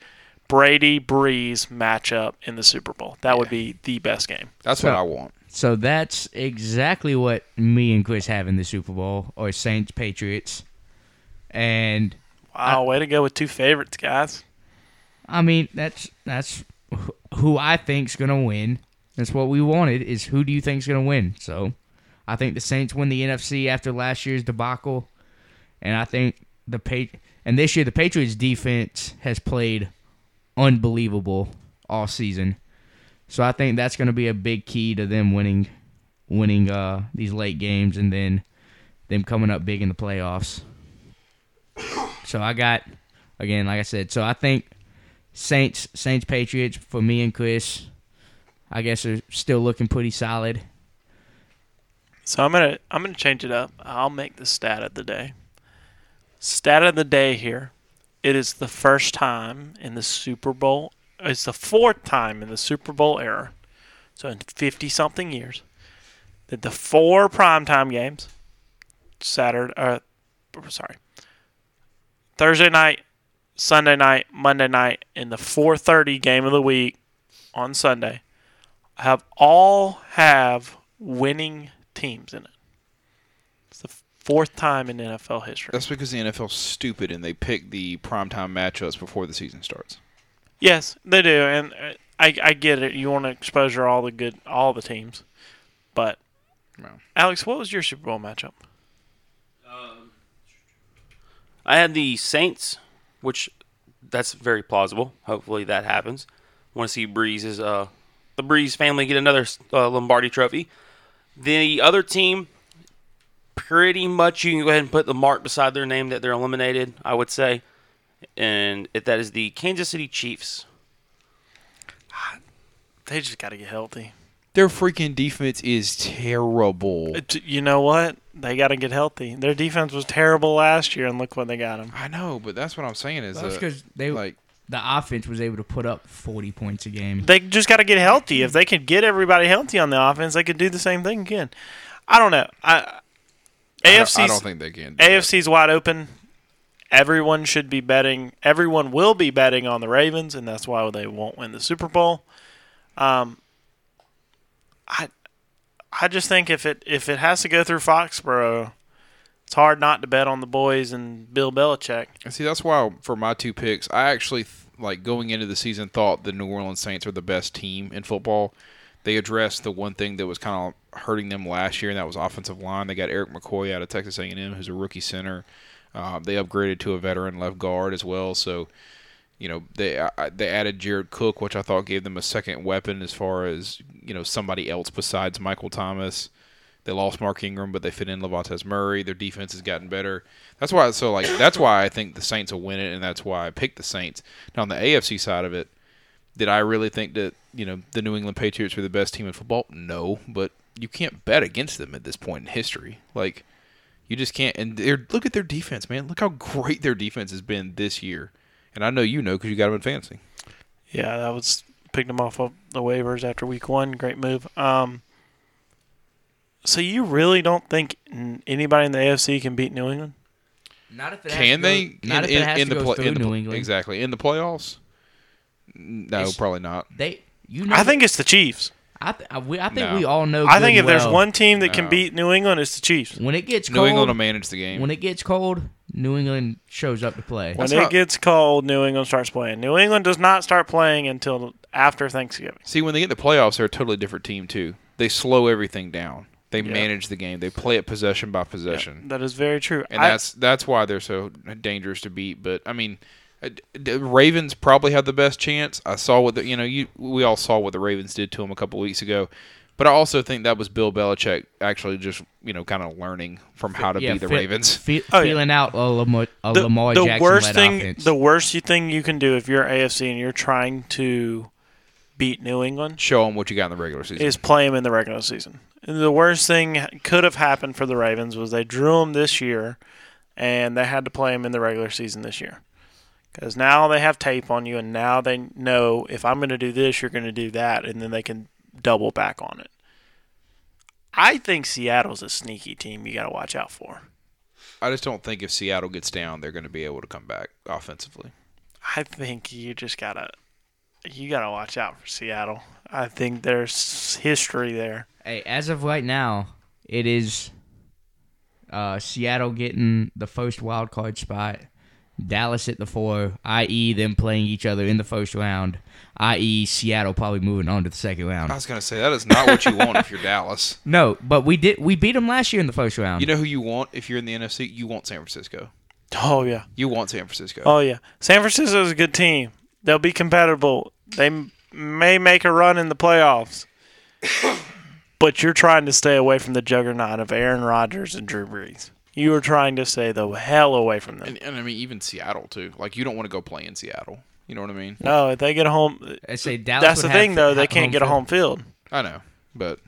D: Brady Breeze matchup in the Super Bowl. That would be the best game.
C: That's what I want.
B: So that's exactly what me and Chris have in the Super Bowl or Saints Patriots. And
D: Wow, way to go with two favorites, guys.
B: I mean, that's that's wh- who I think's gonna win. That's what we wanted. Is who do you think's gonna win? So, I think the Saints win the NFC after last year's debacle, and I think the pa- and this year the Patriots defense has played unbelievable all season. So I think that's gonna be a big key to them winning, winning uh, these late games, and then them coming up big in the playoffs. So I got again, like I said. So I think Saints, Saints, Patriots for me and Chris. I guess are still looking pretty solid.
D: So I'm gonna I'm gonna change it up. I'll make the stat of the day. Stat of the day here. It is the first time in the Super Bowl. It's the fourth time in the Super Bowl era. So in fifty something years, that the four primetime games, Saturday, uh, sorry, Thursday night, Sunday night, Monday night, and the 4:30 game of the week on Sunday, have all have winning teams in it. It's the fourth time in NFL history.
C: That's because the NFL's stupid and they pick the primetime matchups before the season starts.
D: Yes, they do, and uh, I, I get it. You want to expose your all the good, all the teams, but
C: No.
D: Alex, what was your Super Bowl matchup?
A: I had the Saints, which that's very plausible. Hopefully that happens. Want to see Breeze's uh the Breeze family get another uh, Lombardi Trophy. The other team, pretty much you can go ahead and put the mark beside their name that they're eliminated. I would say, and if that is the Kansas City Chiefs.
D: They just got to get healthy.
C: Their freaking defense is terrible.
D: It- Uh, You know what? They got to get healthy. Their defense was terrible last year, and look what they got them.
C: I know, but that's what I'm saying is
B: That's
C: that,
B: because they
C: like
B: the offense was able to put up forty points a game.
D: They just got to get healthy. If they could get everybody healthy on the offense, they could do the same thing again. I don't know. I
C: I don't-
D: AFC's
C: I don't think they can. do that.
D: AFC's wide open. Everyone should be betting. Everyone will be betting on the Ravens, and that's why they won't win the Super Bowl. Um, I, I just think if it if it has to go through Foxborough, it's hard not to bet on the boys and Bill Belichick.
C: And See, that's why for my two picks, I actually th- like going into the season thought the New Orleans Saints are the best team in football. They addressed the one thing that was kind of hurting them last year, and that was offensive line. They got Eric McCoy out of Texas A&M, who's a rookie center. Uh, they upgraded to a veteran left guard as well, so you know they I, I- they added Jared Cook, which I thought gave them a second weapon as far as you know somebody else besides Michael Thomas. They lost Mark Ingram, but they fit in Levantes Murray. Their defense has gotten better. That's why. So like that's why I think the Saints will win it, and that's why I picked the Saints. Now on the AFC side of it, Did I really think that you know the New England Patriots were the best team in football? No, but you can't bet against them at this point in history. Like you just can't. And they're, look at their defense, man. Look how great their defense has been this year. And I know you know because you got them in fantasy.
D: Yeah, that was picked him off of the waivers after week one. Great move. Um, so you really don't think n- anybody in the AFC can beat New England?
B: Not if it has to
C: Can
B: go-
C: they?
B: Not if it has to go
C: play-
B: through
C: in the
B: New
C: pl-
B: England.
C: Exactly in the playoffs. No,
B: It's-
C: probably not.
B: They, you know,
D: I think it's the Chiefs.
B: I, th- I, we, I think
C: No.
B: we all know.
D: I
B: good
D: think if
B: and
D: there's
B: well,
D: one team that can
C: No.
D: beat New England, it's the Chiefs.
B: when it gets
C: New England will
B: cold,
C: manage the game.
B: when it gets cold, New England shows up to play.
D: When
C: That's
D: it
C: not-
D: gets cold, New England starts playing. New England does not start playing until after Thanksgiving.
C: See, when they get the playoffs, they're a totally different team too. They slow everything down. They manage the game. They play it possession by possession,
D: That is very true.
C: and
D: I-
C: that's that's why they're so dangerous to beat. But I mean, uh, d- Ravens probably have the best chance. I saw what the you know you we all saw what the Ravens did to them a couple weeks ago. But I also think that was Bill Belichick actually just you know kind of learning from how to
B: yeah,
C: beat the
B: fe-
C: Ravens.
B: fe-
D: Oh, yeah.
B: feeling out a Lamar, a Lamar Jackson
D: worst thing
B: offense.
D: the worst you thing you can do if you're AFC and you're trying to beat New England
C: Show them what you got in the regular season.
D: is play them in the regular season. The worst thing could have happened for the Ravens was they drew them this year, and they had to play them in the regular season this year. Because now they have tape on you, and now they know if I'm going to do this, you're going to do that, and then they can double back on it. I think Seattle's a sneaky team you got to watch out for.
C: I just don't think if Seattle gets down, they're going to be able to come back offensively.
D: I think you just gotta you gotta watch out for Seattle. I think there's history there.
B: Hey, as of right now, it is uh, Seattle getting the first wild card spot, Dallas at the four, i.e., them playing each other in the first round, i.e., Seattle probably moving on to the second round.
C: I
D: Uh,
C: was going to say that is not what you want if you're Dallas.
B: No, but we did we beat them last year in the first round.
C: You know who you want if you're in the NFC? You want San Francisco.
D: Oh yeah,
C: You want San Francisco.
D: oh yeah. San Francisco's a good team. They'll be compatible. They m- may make a run in the playoffs, but you're trying to stay away from the juggernaut of Aaron Rodgers and Drew Brees. You are trying to stay the hell away from them.
C: And, and I mean even Seattle too. Like you don't want to go play in Seattle. You know what I mean?
D: No, if they get a home,
B: I say Dallas
D: that's
B: would
D: the
B: have
D: thing though.
B: ha-
D: They can't get a
B: field.
D: home field.
C: I know, but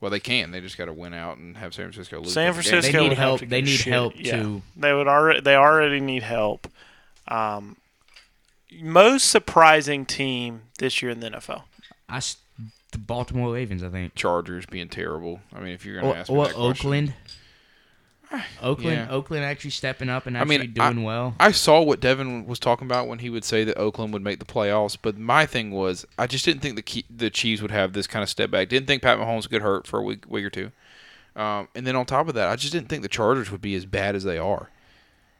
C: well they can. They just got to win out and have San Francisco lose.
D: San
C: every game.
D: Francisco
B: They need
D: would have
B: help-
D: to
B: they
D: get
B: need
D: shit.
B: help
D: Yeah.
B: to-
D: They would already. They already need help. Um, most surprising team this year in the NFL.
B: I s- the Baltimore Ravens, I think,
C: Chargers being terrible. I mean, if you're going
B: or,
C: to ask me
B: or
C: that question.
B: Oakland. Oakland,
C: Yeah.
B: Oakland actually stepping up and
C: I
B: actually
C: mean,
B: doing
C: I,
B: well.
C: I saw what Devin was talking about when he would say that Oakland would make the playoffs, but my thing was I just didn't think the key, the Chiefs would have this kind of step back. Didn't think Pat Mahomes could hurt for a week, week or two, um, and then on top of that, I just didn't think the Chargers would be as bad as they are.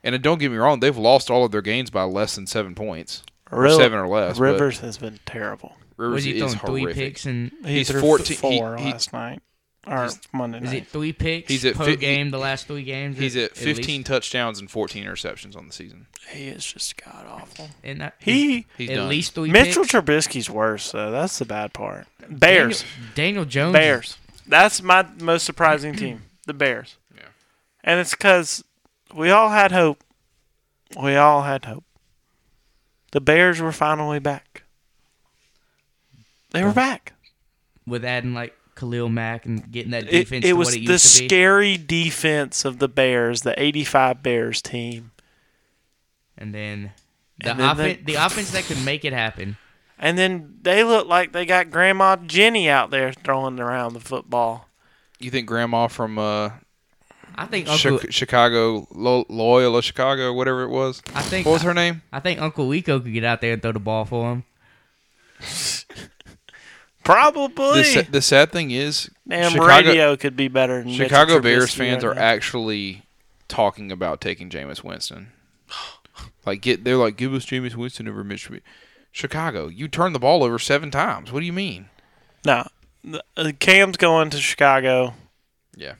C: And uh, don't get me wrong, they've lost all of their games by less than seven points, or
D: Really,
C: seven or less. but
D: Rivers has been terrible.
C: Rivers
B: Was he
C: is
B: throwing three
C: horrific.
B: picks and
D: He
C: He's
D: threw
C: 14 he-
D: four
C: he-
D: last night or Monday
B: Is it
D: night.
B: three picks
C: He's at
B: per
C: fif-
B: game the last three games?
C: He's at
B: least?
C: 15 touchdowns and 14 interceptions on the season.
D: he is just god awful.
B: And that,
D: He
C: He's
B: at
C: done.
B: least three.
D: Mitchell
B: picks.
D: Trubisky's worse. though. that's the bad part.
B: Daniel-
D: Bears.
B: Daniel, Jones.
D: Bears. That's my most surprising team, the Bears.
C: Yeah.
D: And it's because we all had hope. We all had hope. The Bears were finally back. They were back.
B: with adding like Khalil Mack and getting that
D: It,
B: defense
D: it
B: to
D: was
B: what it
D: the
B: used to be,
D: scary defense of the Bears, the 85 Bears team.
B: and then the
D: and then
B: offen- the
D: they-
B: offense that could make it happen.
D: And then they look like they got Grandma Jenny out there throwing around the football.
C: You think Grandma from uh,
B: I think
C: Chi-
B: Uncle
C: Chicago, Lo- Loyola Chicago, whatever it was.
B: I think-
C: what was her name?
B: I think Uncle Rico could get out there and throw the ball for him.
D: Probably.
C: The, sa- the sad thing is,
D: Damn,
C: uh, Chicago,
D: radio could be better than Mitchell
C: Chicago Bears
D: Trubisky
C: fans
D: right
C: are
D: now.
C: actually talking about taking Jameis Winston. Like, get they're like, give us Jameis Winston over Mitch. Trubisky." Chicago, you turned the ball over seven times. What do you mean?
D: No, the, uh, Cam's going to Chicago.
C: Yeah,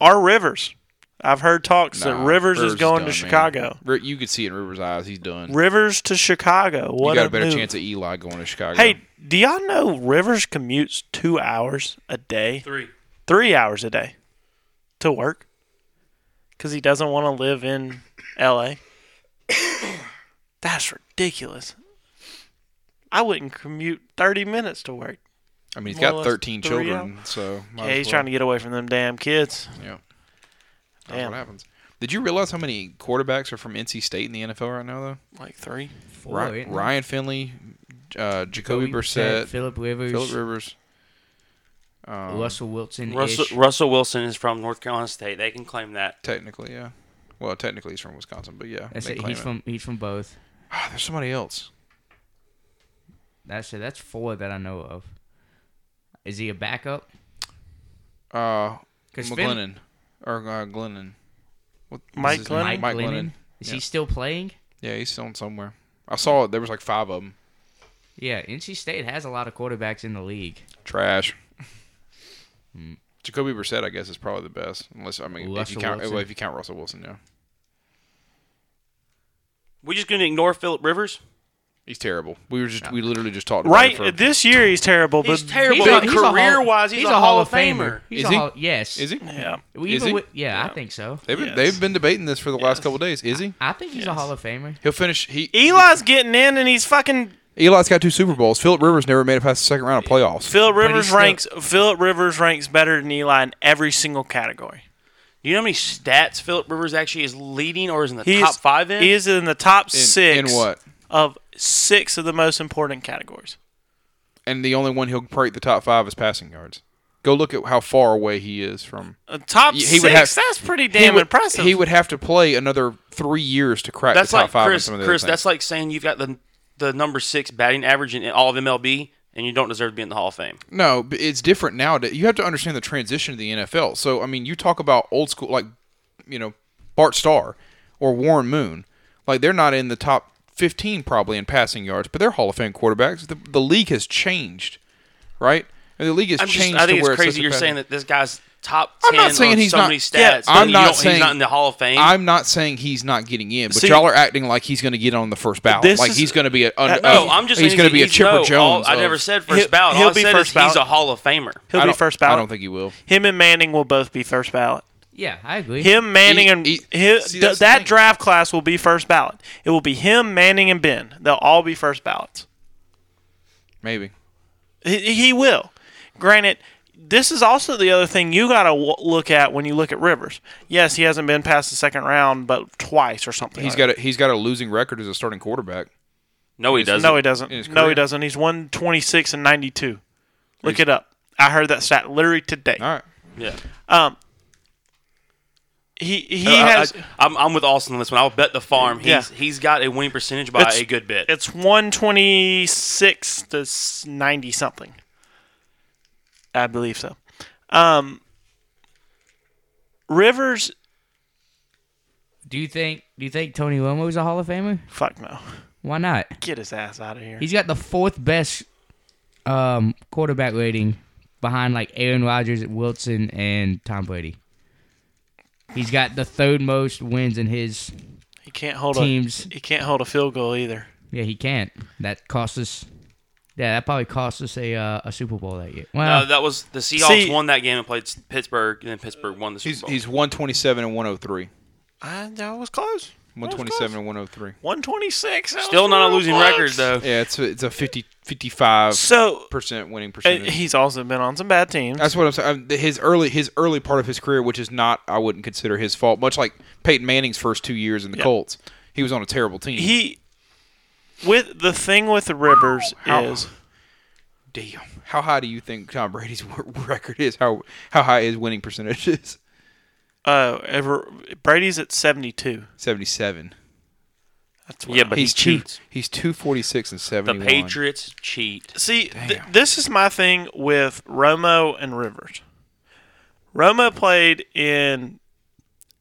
D: Or Rivers. I've heard talks that Rivers, is going to Chicago.
C: You could see it in Rivers' eyes. He's done.
D: Rivers to Chicago. What
C: you got a
D: a
C: better
D: move.
C: chance of Eli going to Chicago.
D: Hey, do y'all know Rivers commutes two hours a day,
A: Three.
D: three hours a day, to work because he doesn't want to live in L.A. That's ridiculous. I wouldn't commute 30 minutes to work.
C: I mean, he's
D: More or
C: got
D: less
C: 13
D: three
C: children, so might
D: yeah,
C: as
D: he's
C: well.
D: trying to get away from them damn kids.
C: Yeah, that's
D: Damn.
C: what happens. Did you realize how many quarterbacks are from NC State in the NFL right now, though?
D: Like three.
B: Four,
C: Ry-
B: isn't it?
C: Ryan Finley, uh, Jacoby
B: Jacoby
C: Brissett,
B: Philip Rivers, uh,
C: Philip Rivers. Um,
B: Russell Wilson,
A: Russell, Russell Wilson is from North Carolina State. They can claim that.
C: Technically, yeah. Well, technically he's from Wisconsin, but yeah,
B: That's
C: they
B: it.
C: claim
B: He's
C: it.
B: from he's from both.
C: Ah, there's somebody else.
B: That's it. That's four that I know of. Is he a backup?
C: Uh,
B: 'Cause Fin-
C: McGlennon or uh, Glennon. What is
D: Mike
C: his name?
D: Glennon? Mike
C: Mike Glennon.
B: Is
C: Yeah.
B: he still playing?
C: Yeah, he's still somewhere. I saw it. There was like five of them.
B: Yeah, NC State has a lot of quarterbacks in the league.
C: Trash. Jacoby Brissett, I guess, is probably the best. Unless I mean, if you
B: Hmm. Russell
C: count
B: Wilson.
C: well, if you count Russell Wilson, yeah,
A: We're just going to ignore Philip Rivers.
C: he's terrible. We were just we literally just talked
D: Right uh,
C: About it for,
D: this year, he's terrible. But
A: He's terrible,
D: big-
A: but career wise, he's, a Hall, of Famer.
B: He's
C: Is
B: a
C: he?
B: Hall, yes.
C: is he?
D: Yeah,
B: Well,
C: Is
B: even
C: he?
B: With, yeah, I think so.
C: They've been,
D: Yes.
C: they've been debating this for the last
D: Yes.
C: couple days. Is he?
B: I think he's a
D: Yes.
B: Hall of Famer.
C: He'll finish. He
D: Eli's getting in, and he's fucking
C: Eli's got two Super Bowls. Philip Rivers never made it past the second round of playoffs.
D: Phil Rivers
B: still-
D: ranks. Philip Rivers ranks better than Eli in every single category.
A: Do you know how many stats Philip Rivers actually is leading or is in the
D: He
A: top
D: is,
A: five in?
D: He is in the top
C: In-
D: six.
C: in what?
D: Of six of the most important categories.
C: And the only one he'll break the top five is passing yards. Go look at how far away he is from.
D: A Uh, top
C: He
D: six.
C: would have-
D: that's pretty damn
C: he would,
D: impressive.
C: He would have to play another three years to crack
A: that's
C: the top
A: like
C: five. in
A: Chris.
C: some of the
A: Chris,
C: other things.
A: that's like saying you've got the the number six batting average in all of MLB, and you don't deserve to be in the Hall of Fame.
C: No, but it's different now. You have to understand the transition to the NFL. So, I mean, you talk about old school, like, you know, Bart Starr or Warren Moon. Like, they're not in the top 15 probably in passing yards, but they're Hall of Fame quarterbacks. The, the league has changed, right? And the league has
A: I'm just,
C: changed.
A: I think
C: to where
A: it's crazy
C: such a
A: you're
C: pass-
A: saying that this guy's top
C: I'm
A: ten
C: not saying
A: on
C: he's
A: so
C: not-
A: many
D: Yeah,
A: stats. but
C: I'm
A: you
C: not
A: don't-
C: saying-
A: he's not in the Hall of Fame.
C: I'm not saying he's not getting in, but
D: See-
C: y'all are acting like he's going to get on the first ballot.
D: This
C: Like
D: is-
C: he's going to be a
D: Uh,
C: un,
D: no,
A: no, I'm just
C: he's
A: saying
C: going to be a
A: he's-
C: Chipper
A: no,
C: Jones.
A: all- I
C: of-
A: never said first
D: He'll-
A: ballot.
D: he'll
A: all I
D: be
A: said
D: first
A: is he's
D: ballot.
A: a Hall of Famer.
D: He'll
C: I
D: be
C: don't-
D: first ballot.
C: I don't think he will.
D: him and Manning will both be first ballot.
B: Yeah, I agree.
D: Him, Manning,
C: He-
D: and
C: he- see,
D: hi- th-
C: that's the
D: that
C: thing.
D: draft class will be first ballot. It will be him, Manning, and Ben. They'll all be first ballots.
C: Maybe.
D: He, he will. Granted, this is also the other thing you got to w- look at when you look at Rivers. Yes, he hasn't been past the second round, but twice or something.
C: He's
D: like
C: got a, he's got a losing record as a starting quarterback.
A: No, he
D: that.
A: doesn't.
D: No, he
C: in his
D: doesn't. No,
C: career.
D: he doesn't. He's won twenty six and ninety two. Look it up. I heard that stat literally today.
C: All right.
A: yeah.
D: Um, he he
A: I- I-
D: has.
A: I'm, I'm with Austin on this one. I'll bet the farm. He's
D: Yeah.
A: he's got a winning percentage by
D: It's-
A: a good bit.
D: It's 126 to s- 90 something. I believe so. Um, Rivers,
B: do you think do you think Tony Romo is a Hall of Famer?
D: fuck no.
B: Why not?
D: Get his ass out of here.
B: He's got the fourth best um, quarterback rating behind like Aaron Rodgers, Wilson, and Tom Brady. He's got the third most wins in his.
D: he can't hold
B: teams-
D: a he can't hold a field goal either.
B: Yeah, he can't. That cost us. Yeah, that probably cost us a uh, a Super Bowl that year.
A: No,
B: Well,
A: Uh, that was the Seahawks
D: See-
A: won that game and played Pittsburgh, and then Pittsburgh won the Super
C: He's
A: Bowl.
C: he's 127 and 103.
D: I that was close. That was
C: 127
D: close.
C: and 103.
D: 126. that
A: Still
D: was
A: not a
D: real
A: losing
D: close.
A: record though.
C: Yeah, it's a, it's a 50 55
D: So
C: percent winning
D: uh,
C: percentage.
D: he's also been on some bad teams.
C: That's what I'm saying. Um, His early his early part of his career, which is not I wouldn't consider his fault. Much like Peyton Manning's first two years in the
D: Yeah.
C: Colts, he was on a terrible team.
D: He with the thing with Rivers
C: Ow.
D: is
C: Damn. How high do you think Tom Brady's w- record is? How how high his winning percentage is?
D: uh ever, Brady's at 72.
C: 77.
D: That's
A: Yeah, but
C: he's
A: he cheats.
C: Two, he's 246 and
A: The
C: 71.
A: Patriots cheat.
D: See, th-
C: Damn.
D: this is my thing with Romo and Rivers. Romo played in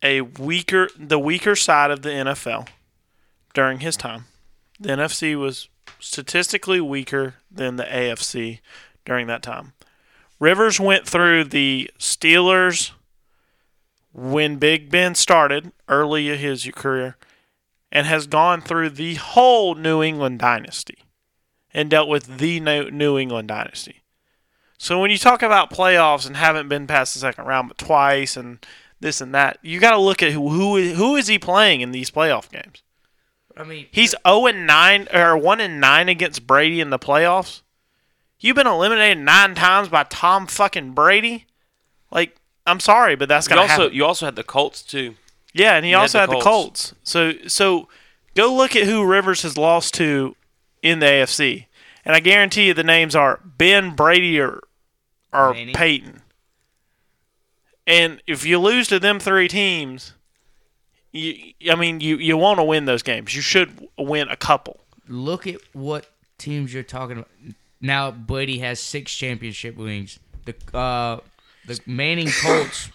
D: a weaker, the weaker side of the NFL during his time. The NFC was statistically weaker than the AFC during that time. Rivers went through the Steelers when Big Ben started early in his career and has gone through the whole New England dynasty and dealt with the New New England dynasty. So when you talk about playoffs and haven't been past the second round but twice and this and that, you got to look at who, who who is he playing in these playoff games.
B: I mean,
D: He's 0 and 9 or 1 and 9 against Brady in the playoffs. You've been eliminated 9 times by Tom fucking Brady? Like I'm sorry, but that's
A: You
D: going to
A: also
D: happen.
A: you also had the Colts too.
D: Yeah, and he
A: had
D: also
A: the
D: had the
A: Colts.
D: Colts. So so go look at who Rivers has lost to in the AFC. And I guarantee you the names are Ben Brady or or
B: Manning.
D: Peyton. And if you lose to them three teams, you I mean you you want to win those games. You should win a couple.
B: look at what teams you're talking about. Now Brady has six championship rings. The uh, the Manning Colts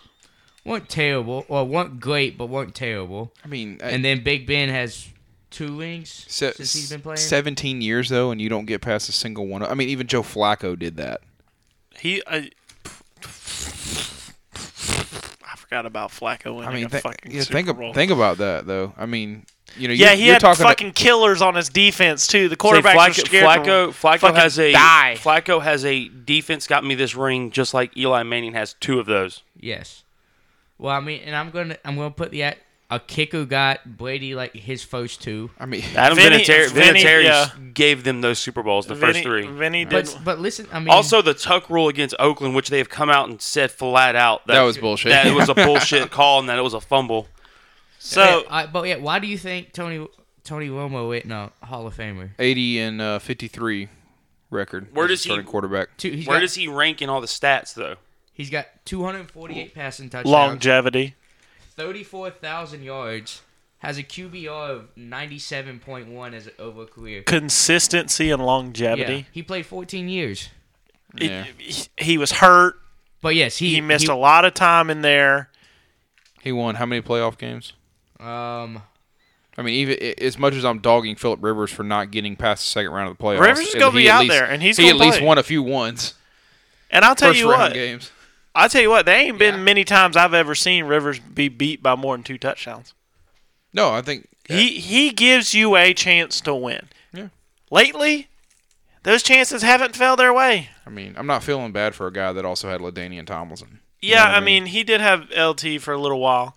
B: weren't terrible, or weren't great, but weren't terrible.
C: I mean, uh,
B: And then Big Ben has two rings
C: se-
B: since he's been playing.
C: 17 years though, and you don't get past a single one. I mean, even Joe Flacco did that.
D: He uh, I, I forgot about Flacco winning
C: I mean,
D: a
C: thi-
D: fucking
C: yeah,
D: Super
C: think ab-
D: Bowl.
C: think about that though. I mean, you know,
D: yeah,
C: you're,
D: he
C: you're
D: had
C: talking
D: fucking killers on his defense too. The
A: Say
D: quarterbacks were
A: Flacco,
D: scared
A: Flacco,
D: to
A: Flacco
D: fucking
A: has a
D: die.
A: Flacco has a defense got me this ring just like Eli Manning has two of those.
B: Yes. Well, I mean, and I'm gonna I'm gonna put the at a kicker got Brady like his first two,
C: I mean,
A: Adam
D: Vinny-
A: Vinatieri,
D: Vinny,
A: Vinatieri
D: yeah.
A: gave them those Super Bowls, the first
D: Vinny-
A: three.
D: Vinny did.
B: but but listen, I mean,
A: Also, the tuck rule against Oakland, which they have come out and said flat out that,
C: That was bullshit.
A: That it was a bullshit call and that it was a fumble.
B: Yeah,
D: so
B: I, but yeah, why do you think Tony Tony Romo isn't a Hall of Famer?
C: 80 and uh, 53 record.
A: Where
C: as a
A: does he-
C: starting quarterback?
B: Two, he's
A: Where
B: got,
A: does he rank in all the stats though?
B: He's got 248 passing touchdowns,
D: longevity.
B: 34,000 yards, has a QBR of 97.1 as over a career.
D: consistency and
B: Yeah,
D: longevity.
B: he played 14 years.
D: It-
C: Yeah.
D: he- he was hurt.
B: But yes, he
D: He missed a lot of time in there.
C: He won how many playoff games?
B: a um
C: I mean, even i- as much as I'm dogging Philip Rivers for not getting past the second round of the playoffs,
D: Rivers is
C: at-
D: gonna
C: he
D: be
C: at
D: out
C: least-
D: there, and he's
C: he at
D: gonna
C: least
D: play.
C: won a few ones.
D: And I'll tell
C: First
D: you
C: round
D: what.
C: games.
D: I'll tell you what. There ain't been
B: Yeah.
D: many times I've ever seen Rivers be beat by more than two touchdowns.
C: No, I think
D: He he gives you a chance to win.
C: Yeah.
D: Lately, those chances haven't fell their way.
C: I mean, I'm not feeling bad for a guy that also had Ladainian Tomlinson.
D: Yeah, I mean, he did have LT for a little while.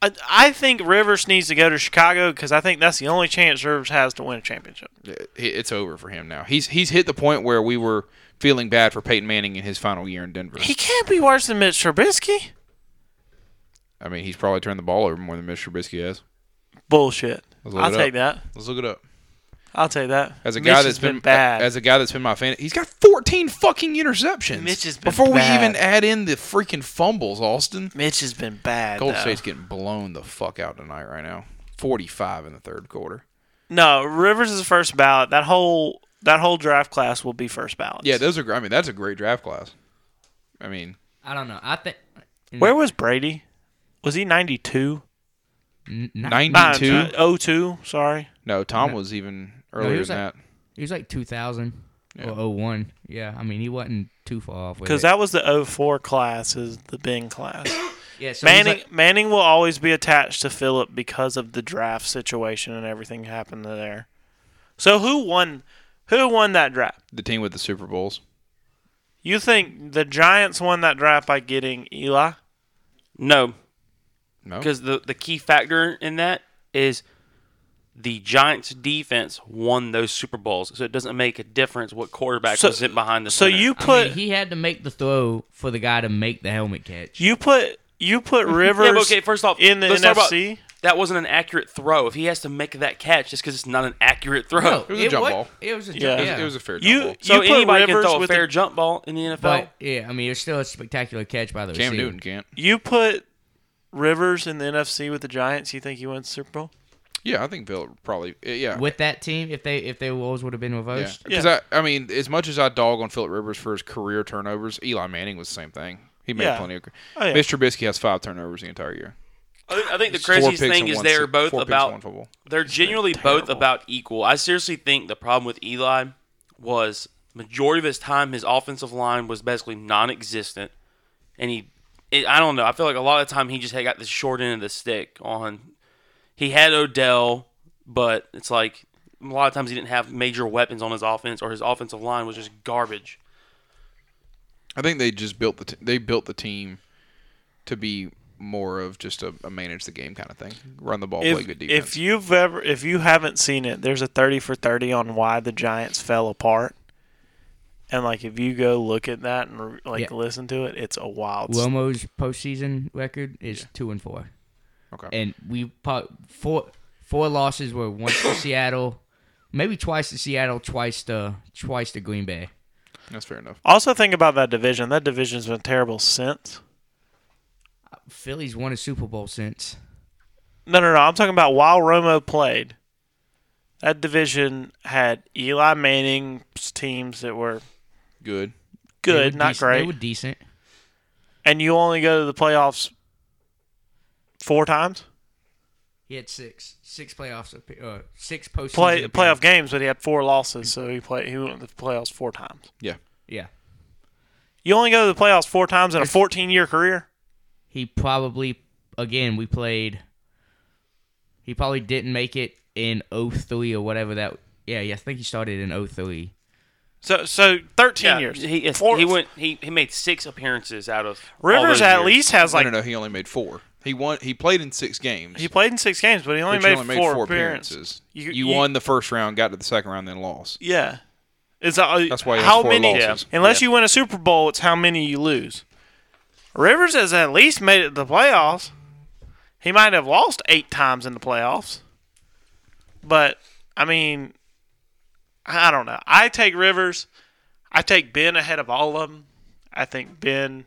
D: I, I think Rivers needs to go to Chicago because I think that's the only chance Rivers has to win a championship.
C: It- It's over for him now. He's he's hit the point where we were feeling bad for Peyton Manning in his final year in Denver.
D: He can't be worse than Mitch Trubisky.
C: I mean, he's probably turned the ball over more than Mr. Trubisky has.
D: Bullshit.
C: Let's look
D: I'll
C: it up.
D: take that.
C: Let's look it up.
D: I'll take that.
C: As a
D: Mitch
C: guy
D: has
C: that's been,
D: bad.
C: as a guy that's been my fan, he's got 14 fucking interceptions.
D: Mitch has been
C: before
D: bad.
C: we even add in the freaking fumbles, Austin.
D: Mitch has been bad.
C: Gold
D: though.
C: State's getting blown the fuck out tonight right now. 45 in the third quarter.
D: No, Rivers is first ballot. That whole that whole draft class will be first ballot.
C: Yeah, those are. gr- I mean, that's a great draft class. I mean,
B: I don't know. I think
D: Where was Brady? Was he 92?
B: n- not-
C: 92.
D: Nine- uh, 02, sorry.
C: no, Tom was even earlier
B: was
C: than
B: at-
C: that.
B: he was like 2000 or 01. Yeah, I mean, he wasn't too far off with
D: Cuz
B: it.
D: that was the 04 class is the Ben class.
B: yeah, so he's
D: Manning
B: like-
D: Manning will always be attached to Philip because of the draft situation and everything happened there. So who won who won that draft?
C: The team with the Super Bowls.
D: You think the Giants won that draft by getting Eli?
A: No,
C: No.
A: because the the key factor in that is the Giants defense won those Super Bowls, so it doesn't make a difference what quarterback
D: So-
A: was in behind the.
D: So
A: center.
D: you
B: I mean,
D: put
B: he had to make the throw for the guy to make the helmet catch.
D: you put you put Rivers
A: yeah, but okay. First off,
D: in the
A: let's talk about-
D: NFC.
A: that wasn't an accurate throw. If he has to make that catch, just because it's not an accurate throw.
B: No,
C: It was a jump
B: wa-
C: ball.
B: It was a jump.
D: Yeah.
B: Yeah,
D: It
C: It was a fair
D: You-
C: jump ball.
A: So
D: put
A: anybody
D: Rivers
A: can throw a
D: with the-
A: fair jump ball in the NFL.
B: but yeah, I mean, it's still a spectacular catch by the
C: Cam
B: receiver.
C: Newton can't.
D: You put Rivers in the NFC with the Giants. You think he wins Super Bowl?
C: Yeah, I think Phil probably. eh, Yeah.
B: with that team if they if their roles would have been reversed.
C: Because
D: Yeah.
C: I, I mean, as much as I dog on Philip Rivers for his career turnovers, Eli Manning was the same thing. He made
D: Yeah.
C: plenty of.
D: Oh, yeah.
C: Mitch Trubisky has five turnovers the entire year.
A: I think, I think the
C: Four
A: craziest
C: picks
A: thing
C: and
A: is
C: one
A: they're
C: si-
A: both
C: four picks and one
A: about
C: fumble.
A: they're genuinely both about equal. I seriously think the problem with Eli was majority of his time his offensive line was basically non-existent, and he it, I don't know. I feel like a lot of time he just had got the short end of the stick on. He had Odell, but it's like a lot of times he didn't have major weapons on his offense, or his offensive line was just garbage.
C: I think they just built the t- they built the team to be more of just a, a manage the game kind of thing. Run the ball, play
D: If,
C: good defense.
D: if you've ever if you haven't seen it, there's a 30 for 30 on why the Giants fell apart. And like if you go look at that and like
B: Yeah.
D: listen to it, it's a wild s-
B: Romo's postseason record is two and four,
C: okay.
B: and we po- four four losses were once to Seattle, maybe twice to Seattle, twice to twice to Green Bay.
C: That's fair enough.
D: Also, think about that division. That division's been terrible since.
B: Philly's won a Super Bowl since.
D: No, no, no. I'm talking about while Romo played. That division had Eli Manning's teams that were
C: Good.
B: They were
D: good, not
B: dec- They
D: great.
B: were decent.
D: And you only go to the playoffs four times?
B: He had six six playoffs, appe- uh, six postseason
D: Play,
B: appearances.
D: playoff games, but he had four losses, so he played. He went to the playoffs four times.
C: Yeah.
B: Yeah,
D: You only go to the playoffs four times in a 14 year career.
B: he probably again we played. He probably didn't make it in 03 or whatever that. Yeah, yeah, I think he started in 03.
D: So, so 13
A: Yeah,
D: years.
A: He, yes,
D: Four-
A: he went. He, he made six appearances out of all
D: Rivers
A: those
D: at
A: years.
D: least has like
C: no, no, no. He only made four. He won. He played in six games.
D: he played in six games, but he only,
C: but
D: made,
C: you only
D: four,
C: made four
D: appearances.
C: appearances.
D: You-
C: You,
D: you-
C: won the first round, got to the second round, then lost.
D: Yeah. Is that, uh,
C: That's why he has
D: how
C: four
D: many?
C: losses.
A: Yeah.
D: Unless
A: Yeah.
D: you win a Super Bowl, it's how many you lose. Rivers has at least made it to the playoffs. He might have lost eight times in the playoffs, but I mean, I don't know. I take Rivers. I take Ben ahead of all of them. I think Ben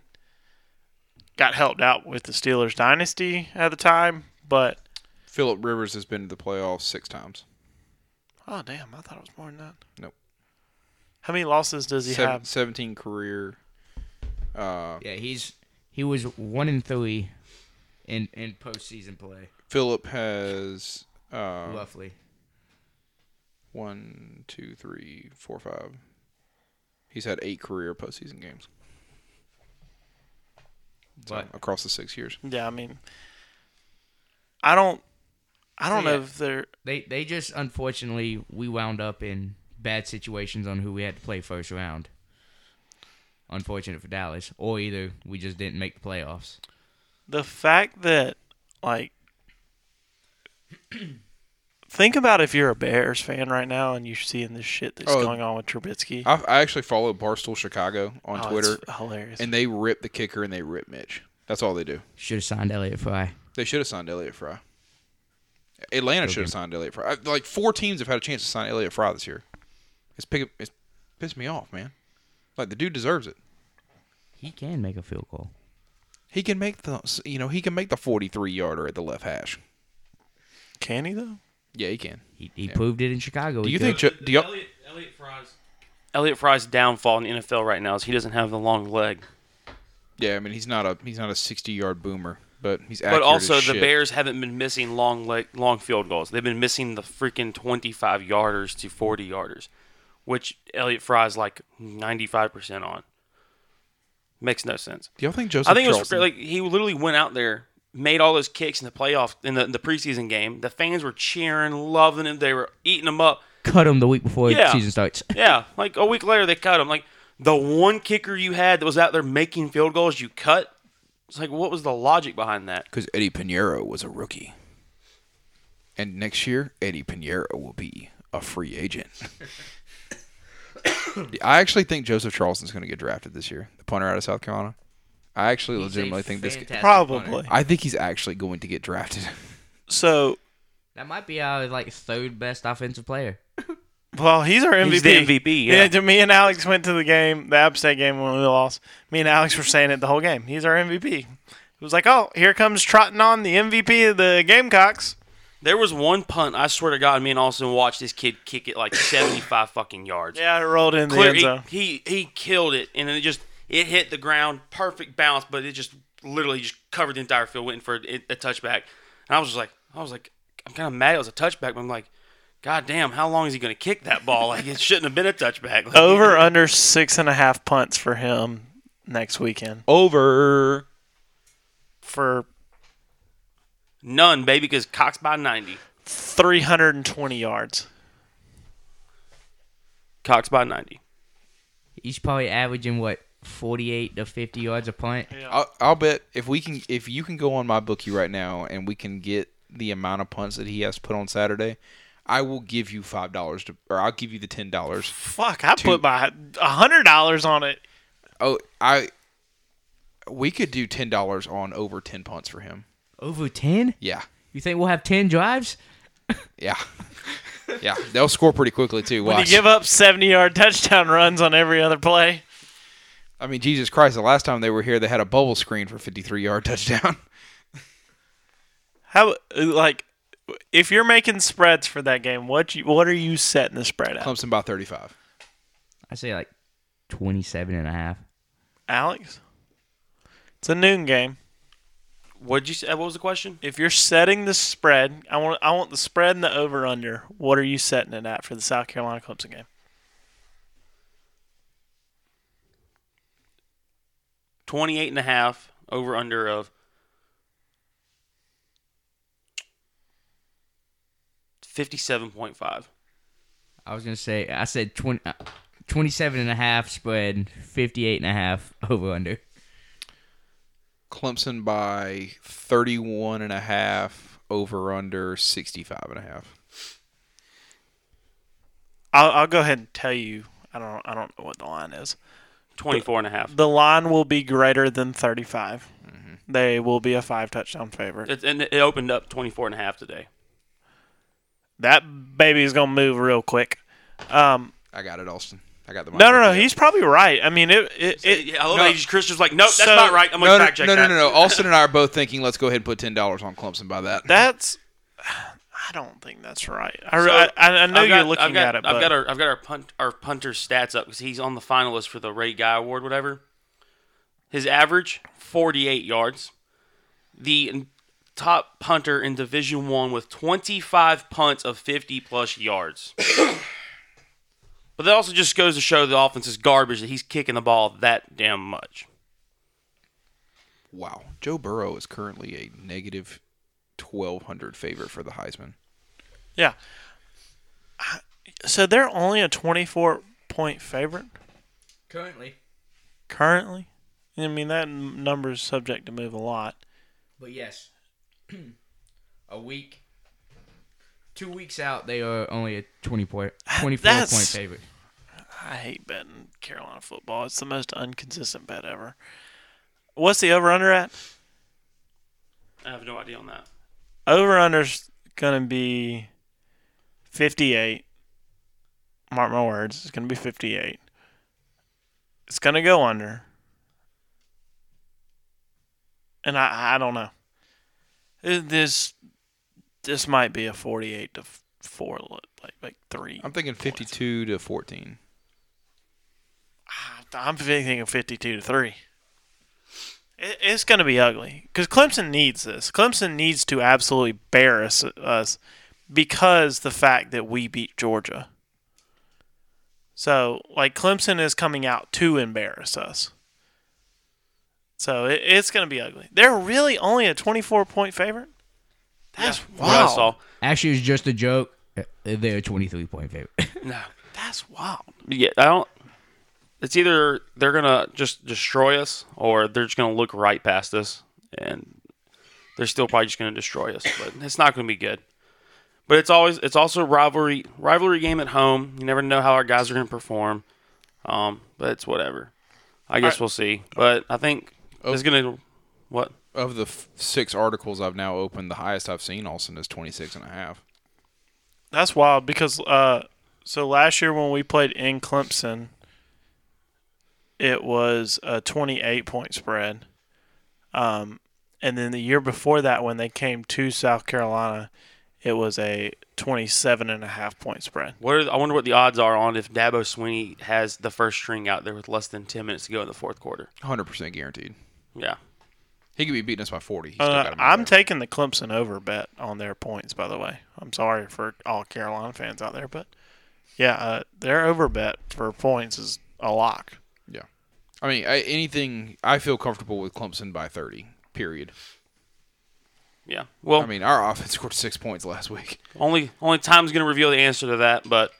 D: got helped out with the Steelers dynasty at the time, but
C: Philip Rivers has been to the playoffs six times.
D: oh damn, I thought it was more than that.
C: Nope.
D: How many losses does he
C: Seven,
D: have?
C: 17 career. Uh,
B: Yeah, he's he was one and three in in postseason play,
C: Philip has uh,
B: roughly.
C: one, two, three, four, five. He's had eight career postseason games. So,
B: But
C: across the six years.
D: Yeah, I mean, I don't, I don't
B: So, yeah.
D: know if they're.
B: they they just unfortunately we wound up in bad situations on who we had to play first round. Unfortunate for Dallas, or either we just didn't make the playoffs.
D: the fact that like think about if you're a Bears fan right now and you're seeing this shit that's
C: Oh.
D: going on with Trubisky
C: I, I actually follow Barstool Chicago on
D: Oh, it's
C: Twitter,
D: hilarious.
C: and they rip the kicker and they rip Mitch. That's all they do.
B: Should have signed Elliott Fry.
C: They should have signed Elliott Fry. Atlanta should have signed Elliott Fry. I- Like four teams have had a chance to sign Elliott Fry this year. It's pick, it's pissed me off, man. Like the dude deserves it.
B: He can make a field goal.
C: He can make the you know he can make the forty three yarder at the left hash.
D: Can he though?
C: Yeah, he can.
B: He, he proved it in Chicago.
C: Do
B: He
C: you
B: could.
C: think? Ch- do y'all,
A: Elliot, Elliot Fry's Elliot Fry's downfall in the NFL right now is he doesn't have the long leg.
C: yeah, I mean he's not a he's not a sixty yard boomer, but he's accurate
A: But also
C: as
A: the
C: shit.
A: Bears haven't been missing long leg, long field goals. They've been missing the freaking 25 yarders to 40 yarders, which Elliot Fry's like 95% on. Makes no sense.
C: Do y'all think Joseph?
A: I think it was
C: Charleston,
A: like he literally went out there, made all those kicks in the playoff in the, in the preseason game. The fans were cheering, loving him. They were eating him up.
B: cut him the week before
A: Yeah.
B: the season starts?
A: Yeah, like a week later they cut him. Like the one kicker you had that was out there making field goals, you cut. It's like what was the logic behind that?
C: because Eddie Pinheiro was a rookie. And next year, Eddie Pinheiro will be a free agent. I actually think Joseph Charleston's going to get drafted this year, the punter out of South Carolina. I actually legitimately think this.
B: Fantastic
D: Probably.
B: punter.
C: I think he's actually going to get drafted.
D: So
B: That might be our like third best offensive player.
D: well, he's our MVP.
A: He's the MVP, yeah.
D: to me and Alex went to the game, the App State game when we lost. Me and Alex were saying it the whole game. He's our MVP. It was like, oh, here comes trotting on the MVP of the Gamecocks.
A: There was one punt. I swear to God, me and Austin watched this kid kick it like seventy-five fucking yards.
D: Yeah, it rolled in the
A: Clear,
D: end zone.
A: he, he he killed it, and then it just it hit the ground, perfect bounce, but it just literally just covered the entire field, waiting for a, a touchback. And I was just like, I was like, I'm kind of mad it was a touchback, but I'm like, God damn, how long is he gonna kick that ball? Like it shouldn't have been a touchback. Like,
D: Over under six and a half punts for him next weekend
C: Over.
D: for
A: None, baby, because Cox by ninety.
D: 320 yards.
A: Cox by ninety.
B: He's probably averaging what 48 to 50 yards a punt.
C: I'll, I'll bet if we can, if you can go on my bookie right now and we can get the amount of punts that he has put on Saturday, I will give you five dollars to, or I'll give you the ten dollars.
D: Fuck, I put my hundred dollars on it.
C: Oh, I, we could do ten dollars on over ten punts for him.
B: Over 10?
C: Yeah,
B: You think we'll have 10 drives?
C: yeah, yeah. They'll score pretty quickly too.
D: When you
C: Watch.
D: give up seventy-yard touchdown runs on every other play,
C: I mean, Jesus Christ! The last time they were here, they had a bubble screen for fifty-three yard touchdown.
D: how like if you're making spreads for that game, what you, what are you setting the spread at,
C: Clemson by thirty-five.
B: I say like 27 and a half.
D: Alex? It's a noon game.
A: What did you say? What was the question?
D: If you're setting the spread, I want I want the spread and the over under. What are you setting it at for the South Carolina Clemson game?
A: 28 and a half over under of 57.5.
B: I was going to say, I said 20, uh, 27 and a half spread, 58 and a half over under.
C: Clemson by 31 and a half over under 65 and a half.
D: I'll, I'll go ahead and tell you. I don't I don't know what the line is.
A: 24 and a half.
D: The line will be greater than 35. They will be a five touchdown favorite.
A: Mm-hmm. It, and it opened up 24 and a half today.
D: That baby is gonna move real quick. Um,
C: I got it, Austin. I got the
D: no, no, no.
C: mic.
D: He's probably right. I mean, it. it, it
A: yeah, I love
C: no.
A: how you just- Christian's like, nope, that's
D: So-
A: not right. I'm going
C: no,
A: to
C: no,
A: fact check
C: no, no,
A: that.
C: no, no. Austin and I are both thinking, let's go ahead and put ten dollars on Clemson by that.
D: that's. I don't think that's right. I, I, I I know
A: I've
D: you're
A: got-
D: looking
A: I've got,
D: at it, but
A: I've got our I've got our punt our punter stats up because he's on the finalist for the Ray Guy Award, whatever. His average forty eight yards. The n- top punter in Division One with twenty five punts of fifty plus yards. but that also just goes to show the offense is garbage that he's kicking the ball that damn much.
C: wow. Joe Burrow is currently a negative 1200 favorite for the Heisman.
D: yeah. So they're only a 24 point favorite
B: Currently.
D: currently. I mean, that n- number is subject to move a lot.
B: But yes, a week, two weeks out, they are only a 20 point, 24 point
D: That's-
B: favorite.
D: I hate betting Carolina football. It's the most inconsistent bet ever. What's the over under at?
A: I have no idea on that.
D: Over under's gonna be fifty eight. Mark my words, it's gonna be fifty eight. It's gonna go under. And I I don't know. It- This this might be a forty eight to f- four look like like three.
C: I'm thinking 52 to 14.
D: I'm thinking 52 to 3. It, it's going to be ugly because Clemson needs this. Clemson needs to absolutely embarrass us because the fact that we beat Georgia. So, like, Clemson is coming out to embarrass us. So it, it's going to be ugly. They're really only a 24 point favorite. That's
A: From What I
D: wild.
A: saw.
B: Actually, it's just a joke. Uh, They're a 23 point favorite.
A: No.
D: That's wild.
A: Yeah, I don't. It's either they're gonna just destroy us, or they're just gonna look right past us, and they're still probably just gonna destroy us. But it's not gonna be good. But it's always it's also a rivalry rivalry game at home. You never know how our guys are gonna perform. Um, but it's whatever. I guess
D: right.
A: we'll see. But I think it's gonna what
C: Of the f- six articles I've now opened, the highest I've seen Austin is 26 and a half.
D: That's wild because uh, so last year when we played in Clemson, it was a 28 point spread. Um, and then the year before that, when they came to South Carolina, it was a 27 and a half point spread.
A: what are, I wonder what the odds are on if Dabo Sweeney has the first string out there with less than ten minutes to go in the fourth quarter.
C: 100% guaranteed.
A: Yeah.
C: He could be beating us by 40. He's still got
D: Uh,
C: him in
D: I'm
C: there.
D: taking the Clemson over bet on their points, by the way. I'm sorry for all Carolina fans out there, but yeah, uh, their over bet for points is a lock.
C: Yeah. I mean, I, anything. I feel comfortable with Clemson by 30, period.
A: Yeah. Well,
C: I mean, our offense scored six points last week.
A: Only only time's gonna reveal the answer to that, but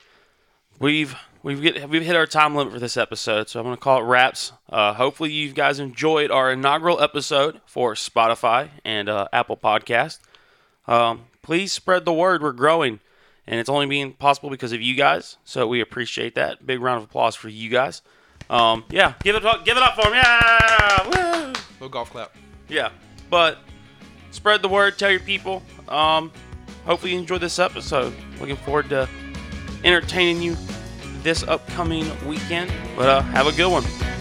A: we've We've get, we've hit our time limit for this episode, so I'm going to call it wraps. Uh, hopefully, you guys enjoyed our inaugural episode for Spotify and uh, Apple Podcast. Um, please spread the word. We're growing, and it's only being possible because of you guys. So we appreciate that. Big round of applause for you guys. Um, yeah, give it up, give it up for them. Yeah, Woo!
C: Little golf clap.
A: yeah. But spread the word. Tell your people. Um, hopefully, you enjoyed this episode. Looking forward to entertaining you this upcoming weekend. But uh, have a good one.